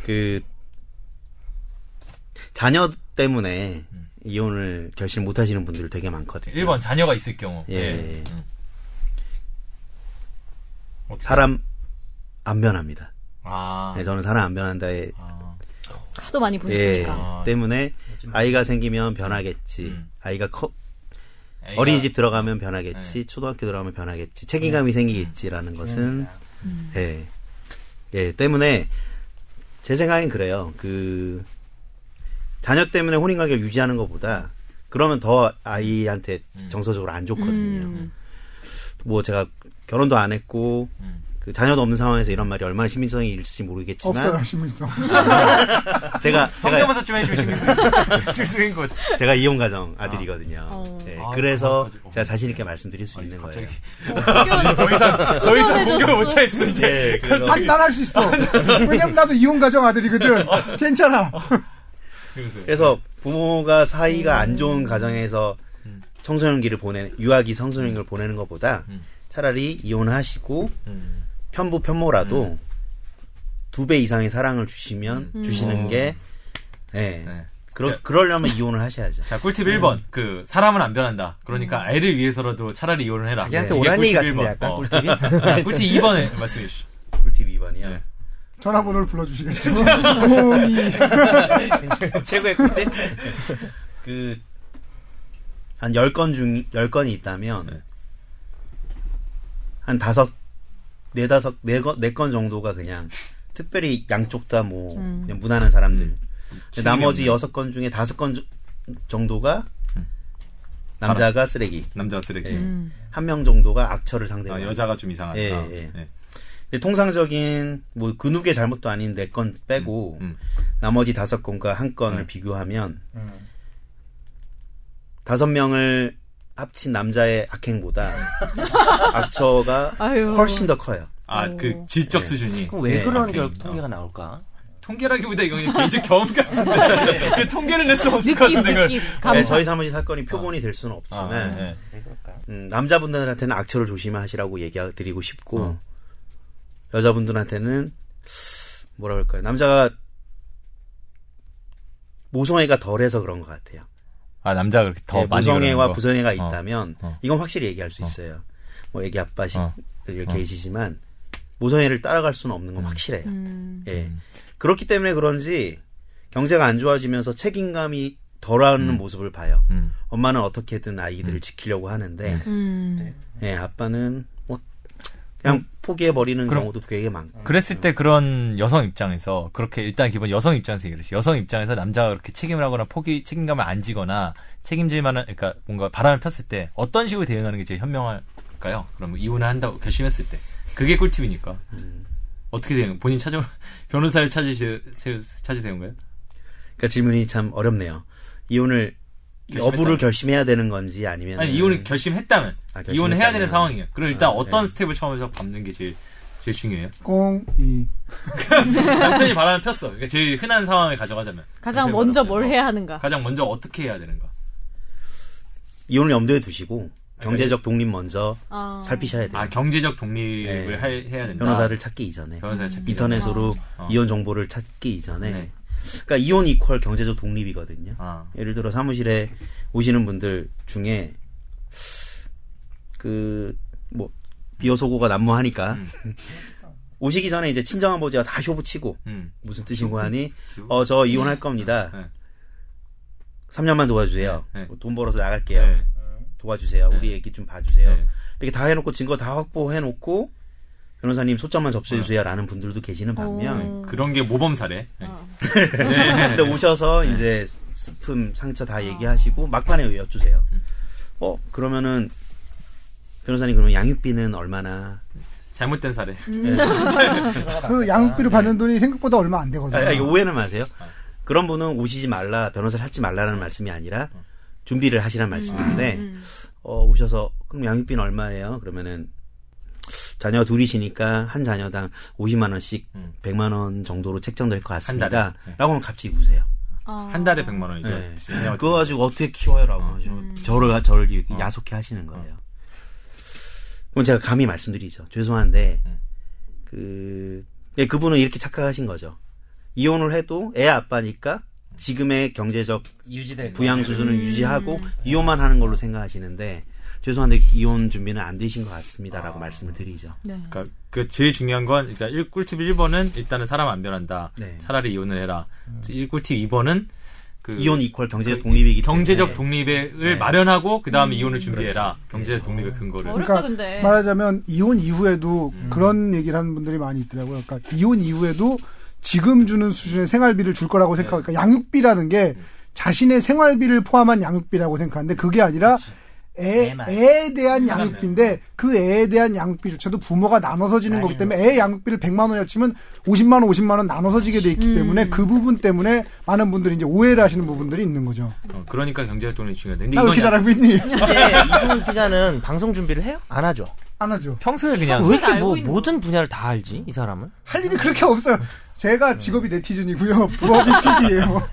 F: 그 자녀 때문에
A: 음.
F: 이혼을 결심 못 하시는 분들 되게 많거든요.
A: 1번, 자녀가 있을 경우.
F: 예.
A: 네. 음. 어떻게-
F: 사람 안 변합니다.
A: 아.
F: 네, 저는 사람 안 변한다에
A: 아.
B: 하도 많이
F: 예,
B: 보셨으니까.
A: 아,
F: 때문에 아이가 생기면 변하겠지.
A: 음.
F: 아이가 커
A: 애가- 네.
F: 어린이집 들어가면 변하겠지. 초등학교 들어가면 변하겠지. 책임감이 생기겠지라는 것은
A: 네.
F: 예. 예, 때문에 제 생각엔 그래요. 그 자녀 때문에 혼인 관계를 유지하는 것보다 그러면 더 아이한테
A: 음.
F: 정서적으로 안 좋거든요.
B: 음.
F: 뭐 제가 결혼도 안 했고
A: 음.
F: 그 자녀도 없는 상황에서 이런 말이 얼마나 시민성이 있을지 모르겠지만
C: 없어요 신문성.
A: <laughs>
F: 제가 제가
A: 성대모사 좀 해주시면
D: <laughs>
A: 승승인 것.
F: 제가 이혼 가정 아들이거든요.
B: 어.
F: 예,
A: 아,
F: 그래서
A: 그렇구나.
F: 제가 자신 있게 말씀드릴 수 있는
A: 갑자기.
F: 거예요.
A: <laughs> 더 이상, 더 이상 공격 못하겠어, 이제.
F: 예, 그래서
C: 아니 난할
D: <laughs>
C: 수 있어. 왜냐면 나도 이혼 가정 아들이거든.
D: 어.
C: 괜찮아.
F: 그래서 부모가 사이가 안 좋은 가정에서 청소년기를 보내 유아기 청소년기를 보내는 것보다
A: 음.
F: 차라리 이혼하시고
A: 음.
F: 편부 편모라도 두 배 이상의 사랑을 주시면 주시는 게 예.
A: 네.
F: 그러, 그러려면 이혼을 하셔야죠.
A: 자, 꿀팁 1번. 그, 사람은 안 변한다. 그러니까 애를 위해서라도 차라리 이혼을 해라.
D: 음.
A: 네,
D: 자기한테
A: 이게
D: 오란 얘기
A: 꿀팁
D: 같은데
A: 1번.
D: 약간
A: 어.
D: 뭐. <laughs> 꿀팁이.
A: <laughs> 자, 꿀팁 2번에 말씀해
D: <laughs>
A: 주시죠.
F: 꿀팁 2번이요.
A: 네.
C: 전화번호를 불러주시겠죠. <laughs> 공이
D: 최고의 꿀팁.
F: 그, 한 10건 중, 10건이 있다면,
A: 네.
F: 한 다섯, 네다섯, 네건, 네건 정도가 그냥, 특별히 양쪽 다 뭐,
B: 음.
F: 그냥 무난한 사람들. 근데 네, 나머지
A: 없는.
F: 여섯 건 중에 다섯 건 조- 정도가,
A: 음.
F: 남자가 쓰레기.
A: 남자 쓰레기.
F: 예.
D: 네.
B: 음.
F: 한 명 정도가 악처를 상대하고.
A: 아, 여자가 좀 이상하다. 네.
F: 예, 예. 근데 통상적인, 뭐, 근육의 잘못도 아닌 네 건 빼고,
A: 음.
F: 나머지 다섯 건과 한 건을
A: 네.
F: 비교하면 다섯 명을 합친 남자의 악행보다
A: 음.
F: 악처가
B: 아유.
F: 훨씬 더 커요.
A: 아, 그
D: 예.
A: 질적 수준이.
D: 그럼 왜
F: 네,
D: 그런
A: 오케이.
D: 결, 통계가 나올까?
A: 통계라기보다 이건 그냥 개인적 경험
D: <laughs> 네.
A: 같은데. 그 통계를 낼 수 없을 것
B: 느낌
A: 같은데. 그걸.
B: 느낌 감각.
F: 네, 저희 사무실 사건이 표본이 될 수는
A: 아,
D: 네.
F: 없지만
A: 예.
F: 음, 남자분들한테는 악처를 조심하시라고 얘기드리고 싶고
A: 어.
F: 여자분들한테는 뭐라 그럴까요? 남자가 모성애가 덜해서 그런 것 같아요.
A: 아, 남자가 그렇게 더
D: 네,
F: 예,
A: 많이. 그러는
F: 모성애와
A: 거.
F: 부성애가
A: 어.
F: 있다면
A: 어.
F: 이건 확실히 얘기할 수
A: 어.
F: 있어요. 뭐 애기 아빠식
A: 어.
F: 이렇게
A: 어.
F: 계시지만 모성애를 따라갈 수는 없는 건 확실해요.
B: 음.
F: 예. 그렇기 때문에 그런지 경제가 안 좋아지면서 책임감이 덜하는 모습을 봐요.
A: 음. 네.
F: 엄마는 어떻게든 아이들을 지키려고 하는데
B: 음.
F: 예, 아빠는 뭐 그냥 포기해 버리는
A: 음. 그럼-
F: 경우도 되게 많고.
A: 그랬을 때 그런 여성 입장에서 그렇게 일단 기본 여성 입장에서 얘기를 해요. 여성 입장에서 남자가 그렇게 책임을 하거나 포기 책임감을 안 지거나 책임질 만한 그러니까 뭔가 바람을 폈을 때 어떤 식으로 대응하는 게 제일 현명할까요? 그럼 이혼을 한다고 결심했을 때 그게 꿀팁이니까 어떻게 대응? 본인 찾아 <laughs> 변호사를 찾으시 찾으세요, 거예요?
F: 그러니까 질문이 참 어렵네요. 이혼을 이
A: 결심했다면.
F: 여부를 결심해야 되는 건지 아니면
A: 아니 이혼을 결심했다면 예.
F: 아,
A: 이혼을 해야
F: 결심했다면.
A: 되는 상황이에요. 그럼 일단
F: 아,
A: 어떤
F: 네.
A: 스텝을 처음에서 밟는 게 제일 제일 중요해요.
C: 공이
A: 남편이 바람을 폈어. 그러니까 제일 흔한 상황을 가져가자면
B: 가장
A: 남편이
B: 먼저
A: 바람을
B: 뭘
A: 폈어.
B: 해야 하는가?
A: 가장 먼저 어떻게 해야 되는가?
F: 이혼을 염두에 두시고 경제적 독립 먼저
B: 어.
F: 살피셔야 돼요.
A: 네. 아 경제적 독립을
F: 네.
A: 할- 해야 된다.
F: 변호사를 찾기 이전에
A: 변호사를 찾기
F: 인터넷으로
A: 어.
F: 이혼 정보를 찾기 이전에
A: 네.
F: 그러니까 이혼 이퀄 경제적 독립이거든요.
A: 아,
F: 예를 들어 사무실에 오시는 분들 중에 그 뭐 비어소고가 난무하니까
A: 음.
F: <laughs> 오시기 전에 이제 친정 아버지와 다 쇼부치고
A: 음.
F: 무슨 뜻이고 하니 어 저 이혼할 겁니다.
A: 네.
F: 3년만 도와주세요. 뭐
A: 네, 네.
F: 돈 벌어서 나갈게요.
A: 네.
F: 도와주세요.
A: 네.
F: 우리 애기 좀 봐주세요. 이렇게 다 해놓고 증거 다 확보해놓고 변호사님 소장만 접수해주세요라는 분들도 계시는 반면
B: 음.
A: 네. 그런 게 모범 사례. 네.
B: 어.
F: <laughs> 근데 뭐 오셔서 이제 스품 상처 다 얘기하시고 막판에 여쭈세요.
A: 음.
F: 어 그러면은 변호사님 그러면 양육비는 얼마나? 네.
A: 잘못된 사례.
F: 음.
C: 그 양육비로 받는 돈이 생각보다 얼마 안
F: 아,
C: 되거든요.
F: 아, 이거 오해는 마세요. 그런 분은 오시지 말라 변호사 찾지 말라라는 말씀이 아니라
A: 어.
F: 준비를 하시란
B: 음.
F: 말씀인데
A: 음.
F: 어 오셔서 그럼 양육비는 얼마예요? 그러면은 자녀 둘이시니까 한 자녀당 50만 원씩
A: 음.
F: 100만 원 정도로 책정될 것
A: 달에?
F: 같습니다라고
A: 네.
F: 하면 갑자기 우세요.
B: 어.
A: 한 달에 100만 원이죠.
F: 네.
A: 진짜 음.
F: 그거 가지고 어떻게 키워요라고 하죠. 저를 저를 이렇게
A: 어.
F: 야속해 하시는 거예요. 그럼 제가 감히 말씀드리죠. 죄송한데
A: 음.
F: 그 예, 그분은 이렇게 착각하신 거죠. 이혼을 해도 애 아빠니까 지금의 경제적
A: 네,
D: 유지된
F: 부양
A: 음.
F: 수준을 유지하고 이혼만 하는 걸로 생각하시는데 죄송한데 이혼 준비는 안 되신 것
A: 아.
F: 같습니다라고 말씀을 드리죠.
B: 네.
A: 그러니까 그 제일 중요한 건 일단 1 꿀팁 1번은 일단은 사람 안 변한다.
F: 네.
A: 차라리 이혼을 해라. 1 꿀팁 2번은 그
F: 이혼 네. 이퀄 경제적
A: 그
F: 독립이기 때문에
A: 경제적 독립을 마련하고 그 다음에 이혼을 준비해라.
F: 그렇죠.
A: 경제적
F: 네.
A: 독립의 근거를.
B: 어렵다 근데.
C: 말하자면 이혼 이후에도 그런 얘기를 하는 분들이 많이 있더라고요. 그러니까 이혼 이후에도 지금 주는 수준의 생활비를 줄 거라고 생각하니까 양육비라는 게 자신의 생활비를 포함한 양육비라고 생각하는데 그게 아니라 애,
D: 애만.
C: 애에 대한 양육비인데 그 애에 대한 양육비조차도 부모가 나눠서 지는 거기 때문에 애 양육비를 100만 원이라 치면 50만 원, 50만 원 나눠서 지게 돼 있기 때문에 그 부분 때문에 많은 분들이 이제 오해를 하시는 부분들이 있는 거죠. 아,
A: 어,
F: 아,
A: 그러니까 경제적 독립이 중요한데. 근데
C: 나왜
A: 이건
D: 네,
C: 이렇게 잘하고 있니?
D: 근데 이승훈 기자는 방송 준비를 해요? 안 하죠.
C: <laughs> 안 하죠.
A: 평소에
D: 왜
A: 그냥
D: 이렇게
B: 알고
D: 뭐
B: 있는
D: 모든 분야를 다 알지 이 사람은?
C: 할 일이 그렇게 없어요. 제가 직업이 네티즌이고요. <laughs> 부업이 PD예요.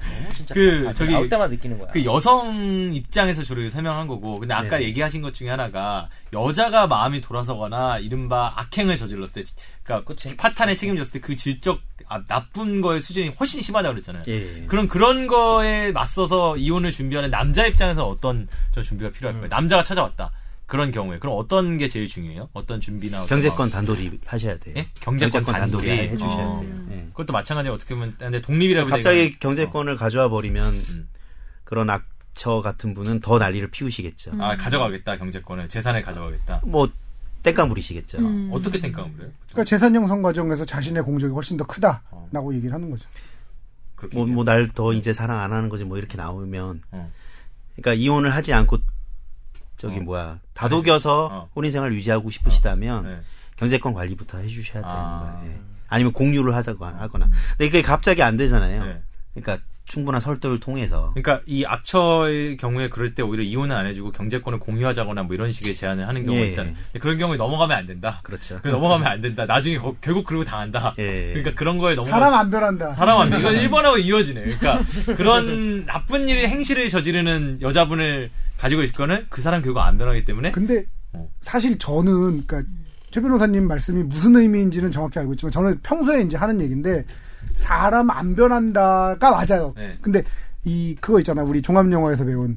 A: 그 저기
D: 아, 나올 때마다 느끼는 거야.
A: 그 여성 입장에서 주로 설명한 거고 근데 아까
F: 네.
A: 얘기하신 것 중에 하나가 여자가 마음이 돌아서거나 이른바 악행을 저질렀을 때 그러니까
D: 그치.
A: 파탄에 책임졌을 때 그 질적 아, 나쁜 거의 수준이 훨씬 심하다고 그랬잖아요.
F: 예.
A: 그럼 그런 거에 맞서서 이혼을 준비하는 남자 입장에서 어떤 좀 준비가 필요할까요?
F: 음.
A: 남자가 찾아왔다. 그런 경우에 그럼 어떤 게 제일 중요해요? 어떤 준비나 어떤
F: 경제권
A: 마음?
F: 단돌이 하셔야 돼요.
A: 예? 경제권 단돌이.
F: 해주셔야
A: 어.
F: 돼요. 예.
A: 그것도 마찬가지로 어떻게 보면 근데 독립이라고
F: 갑자기
A: 생각하면-
F: 경제권을 가져와 버리면
A: 어. 음.
F: 그런 악처 같은 분은 더 난리를 피우시겠죠.
A: 어. 아 가져가겠다 경제권을 재산을 가져가겠다.
F: 뭐 땡깡 부리시겠죠.
B: 음.
A: 어떻게 땡깡을 그래요?
C: 그러니까 재산 형성 과정에서 자신의 공적이 훨씬 더 크다라고 얘기를 하는 거죠. 그러니까
A: 그렇게
F: 뭐 뭐 날 더 이제 사랑 안 하는 거지 뭐 이렇게 나오면
A: 어.
F: 그러니까 이혼을 하지 않고 저기
A: 어.
F: 뭐야 다독여서
A: 어.
F: 혼인 생활 유지하고 싶으시다면
A: 네.
F: 경제권 관리부터 해주셔야
A: 아. 음.
F: 되는 거예요. 예. 아니면 공유를 하다거나 하거나. 근데 이게 갑자기 안 되잖아요.
A: 네.
F: 그러니까 충분한 설득을 통해서
A: 그러니까 이 악처의 경우에 그럴 때 오히려 이혼을 안 해주고 경제권을 공유하자거나 뭐 이런 식의 제안을 하는 경우가
F: 예.
A: 있다는 그런 경우에 넘어가면 안 된다.
F: 그렇죠.
A: 그 넘어가면 안 된다. 나중에 거- 결국 그러고 당한다.
F: 예.
A: 그러니까 그런 거에 넘어
C: 사람 안 변한다.
A: 사람 안 돼.
F: <laughs>
A: 이건 1번하고 이어지네. 그러니까 그런 나쁜 일의 행실을 저지르는 여자분을 가지고 있을 거는 그 사람 결국 안 변하기 때문에
C: 근데
A: 어.
C: 사실 저는 그러니까 최 변호사님 말씀이 무슨 의미인지는 정확히 알고 있지만 저는 평소에 이제 하는 얘기인데 사람 안 변한다가 맞아요.
A: 네.
C: 근데 이 그거 있잖아 우리 종합 영화에서 배운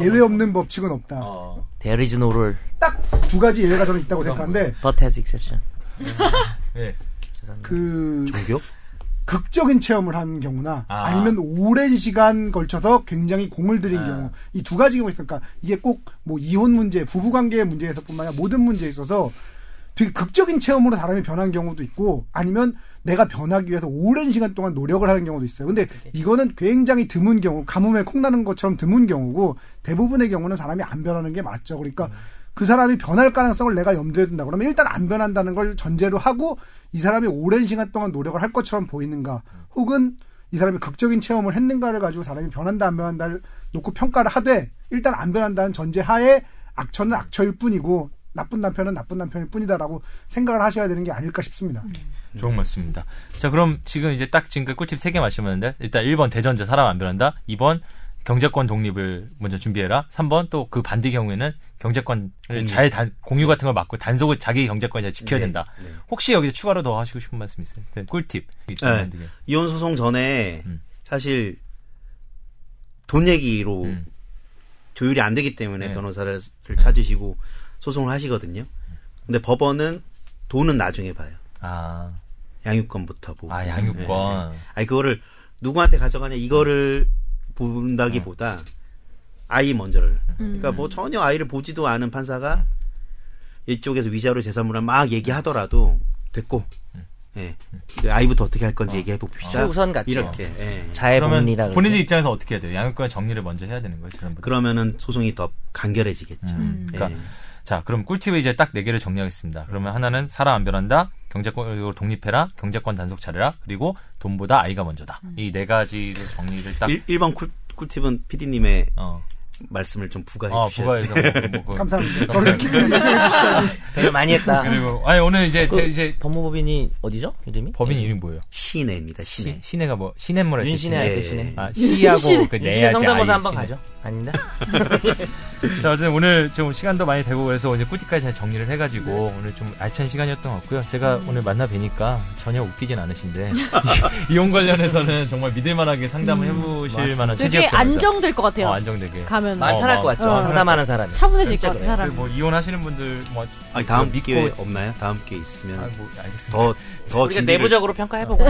C: 예외 없는 법칙은 없다.
A: 어.
D: There is no rule
C: 딱 두 가지 예외가 저는 있다고 생각하는데
D: but has exception.
A: 예.
C: 그
F: 종교?
C: 극적인 체험을 한 경우나
A: 아.
C: 아. 니면 오랜 시간 걸쳐서 굉장히 공을 들인
A: 아.
C: 경우 이 두 가지 경우 있으니까 이게 꼭 뭐 이혼 문제, 부부 관계의 문제에서뿐만 아니라 모든 문제에 있어서 되게 극적인 체험으로 사람이 변한 경우도 있고 아니면 내가 변하기 위해서 오랜 시간 동안 노력을 하는 경우도 있어요. 근데 이거는 굉장히 드문 경우, 가뭄에 콩나는 것처럼 드문 경우고 대부분의 경우는 사람이 안 변하는 게 맞죠. 그러니까 그 사람이 변할 가능성을 내가 염두에 둔다 그러면 일단 안 변한다는 걸 전제로 하고 이 사람이 오랜 시간 동안 노력을 할 것처럼 보이는가 혹은 이 사람이 극적인 체험을 했는가를 가지고 사람이 변한다 안 변한다를 놓고 평가를 하되 일단 안 변한다는 전제하에 악처는 악처일 뿐이고 나쁜 남편은 나쁜 남편일 뿐이다라고 생각을 하셔야 되는 게 아닐까 싶습니다.
F: 음.
A: 좋은 말씀입니다. 자, 그럼 지금 이제 딱 지금 그 꿀팁 3개 마시면는데 일단 1번 대전제 사람 안 변한다. 2번 경제권 독립을 먼저 준비해라. 3번 또 그 반대 경우에는 경제권을 잘 단- 공유 같은 걸 막고 단속을 자기 경제권을 잘 지켜야
F: 음. 네,
A: 된다.
F: 네.
A: 혹시 여기서 추가로 더 하시고 싶은 말씀 있어요? 네, 꿀팁.
F: 네. 이혼 소송 전에
A: 음.
F: 사실 돈 얘기로
A: 음.
F: 조율이 안 되기 때문에
A: 네.
F: 변호사를 찾으시고 소송을 하시거든요. 근데 법원은 돈은 나중에 봐요.
A: 아,
F: 양육권부터 보고.
A: 아
F: 예, 예.
A: 양육권.
F: 아니 그거를 누구한테 가져가냐 이거를 본다기보다 아이 먼저를. 그러니까 뭐 전혀 아이를 보지도 않은 판사가 이쪽에서 위자료 재산물을 막 얘기하더라도 됐고. 예. 아이부터 어떻게 할 건지 얘기해 봅시다.
D: 최우선 가치.
F: 이렇게. 예.
D: 자의
A: 그러면
D: 본리라
A: 본인들 입장에서 어떻게 해야 돼요? 양육권 정리를 먼저 해야 되는 거예요, 재산부터.
F: 그러면은 소송이 더 간결해지겠죠.
A: 음,
F: 예.
A: 그러니까 자, 그럼 꿀팁을 이제 딱 네개를 정리하겠습니다. 그러면 하나는 사람 안 변한다, 경제권으로 독립해라, 경제권 단속 차려라, 그리고 돈보다 아이가 먼저다. 이 네 가지를 정리를 딱,
F: 일 1번 꿀, 꿀팁은 PD님의
A: 어,
F: 말씀을 좀 부과해
A: 어,
F: 주셔야 돼요.
A: 부과해서. 뭐, 뭐,
C: 네, 감사합니다.
A: 그-
C: 저를 이렇게
D: 되게 많이 했다.
A: <laughs> 그리고, 아니, 오늘 이제,
D: 그
A: 대- 이제
D: 법무법인이 어디죠? 이름이?
A: 법인 이름이 뭐예요?
F: 시내입니다. 시내.
A: 시, 시내가 뭐, 시냇물에.
D: 네, 윤신의
F: 예,
D: 아이
F: 예.
D: 대신에.
A: 아, 시하고 그 내야
D: 윤신의 성대모사 한번 가죠.
A: <laughs>
D: 아닙니다.
A: 자, 어쨌든 오늘 좀 시간도 많이 되고 그래서 이제 꿀팁까지 잘 정리를 해가지고 오늘 좀 알찬 시간이었던 것 같고요. 제가
B: 음.
A: 오늘 만나 뵈니까 전혀 웃기진 않으신데 <laughs> 이혼 관련해서는 정말 믿을만하게 상담을 해보실 만한
B: 음. 되게
A: 체질이
B: 안정될 것 같아요.
A: 어, 안정되게.
B: 가면
A: 어,
D: 마음 편할 것 같죠.
B: 어.
D: 상담하는 사람이.
B: 차분해질 것
D: 진짜
B: 같아
D: 그래요.
B: 사람.
A: 뭐 이혼하시는 분들 뭐,
F: 아니 다음
A: 믿고-
F: 기회 없나요? 다음 기회
A: 아,
F: 있으면
A: 뭐 알겠습니다.
F: 더더
D: 우리가
A: <laughs>
D: 내부적으로 평가해보고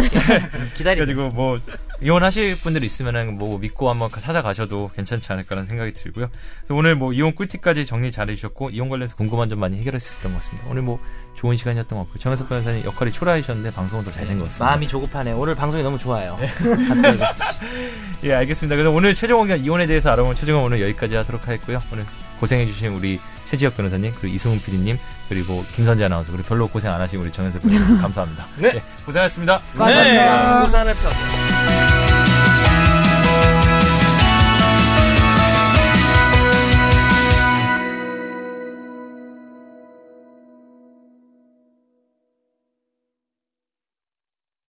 D: 기다리죠.
A: 그래가지고 뭐 이혼하실 분들 있으면은 뭐 믿고 한번 찾아가셔도 괜찮지 않을까라는 생각이 들고요. 그래서 오늘 뭐 이혼 꿀팁까지 정리 잘해주셨고 이혼 관련해서 궁금한 점 많이 해결할 수 있었던 것 같습니다. 오늘 뭐 좋은 시간이었던 것 같고 정현석 변호사님 역할이 초라하셨는데 방송은 더 잘 된 것 같습니다.
D: 마음이 조급하네. 오늘 방송이 너무 좋아요.
A: 네.
D: 갑자기.
A: 예 알겠습니다. 그래서 오늘 최종 의견 이혼에 대해서 알아본 최종 의견 오늘 여기까지 하도록 하겠고요. 오늘 고생해주신 우리 최지혁 변호사님 그리고 이승훈 PD님 그리고 김선재 아나운서 그리고 별로 고생
D: <laughs>
A: 안 하신 우리 정현석 변호사님 감사합니다.
D: 네.
A: 예, 고생하셨습니다.
B: 고맙습니다.
D: 고산을 펴.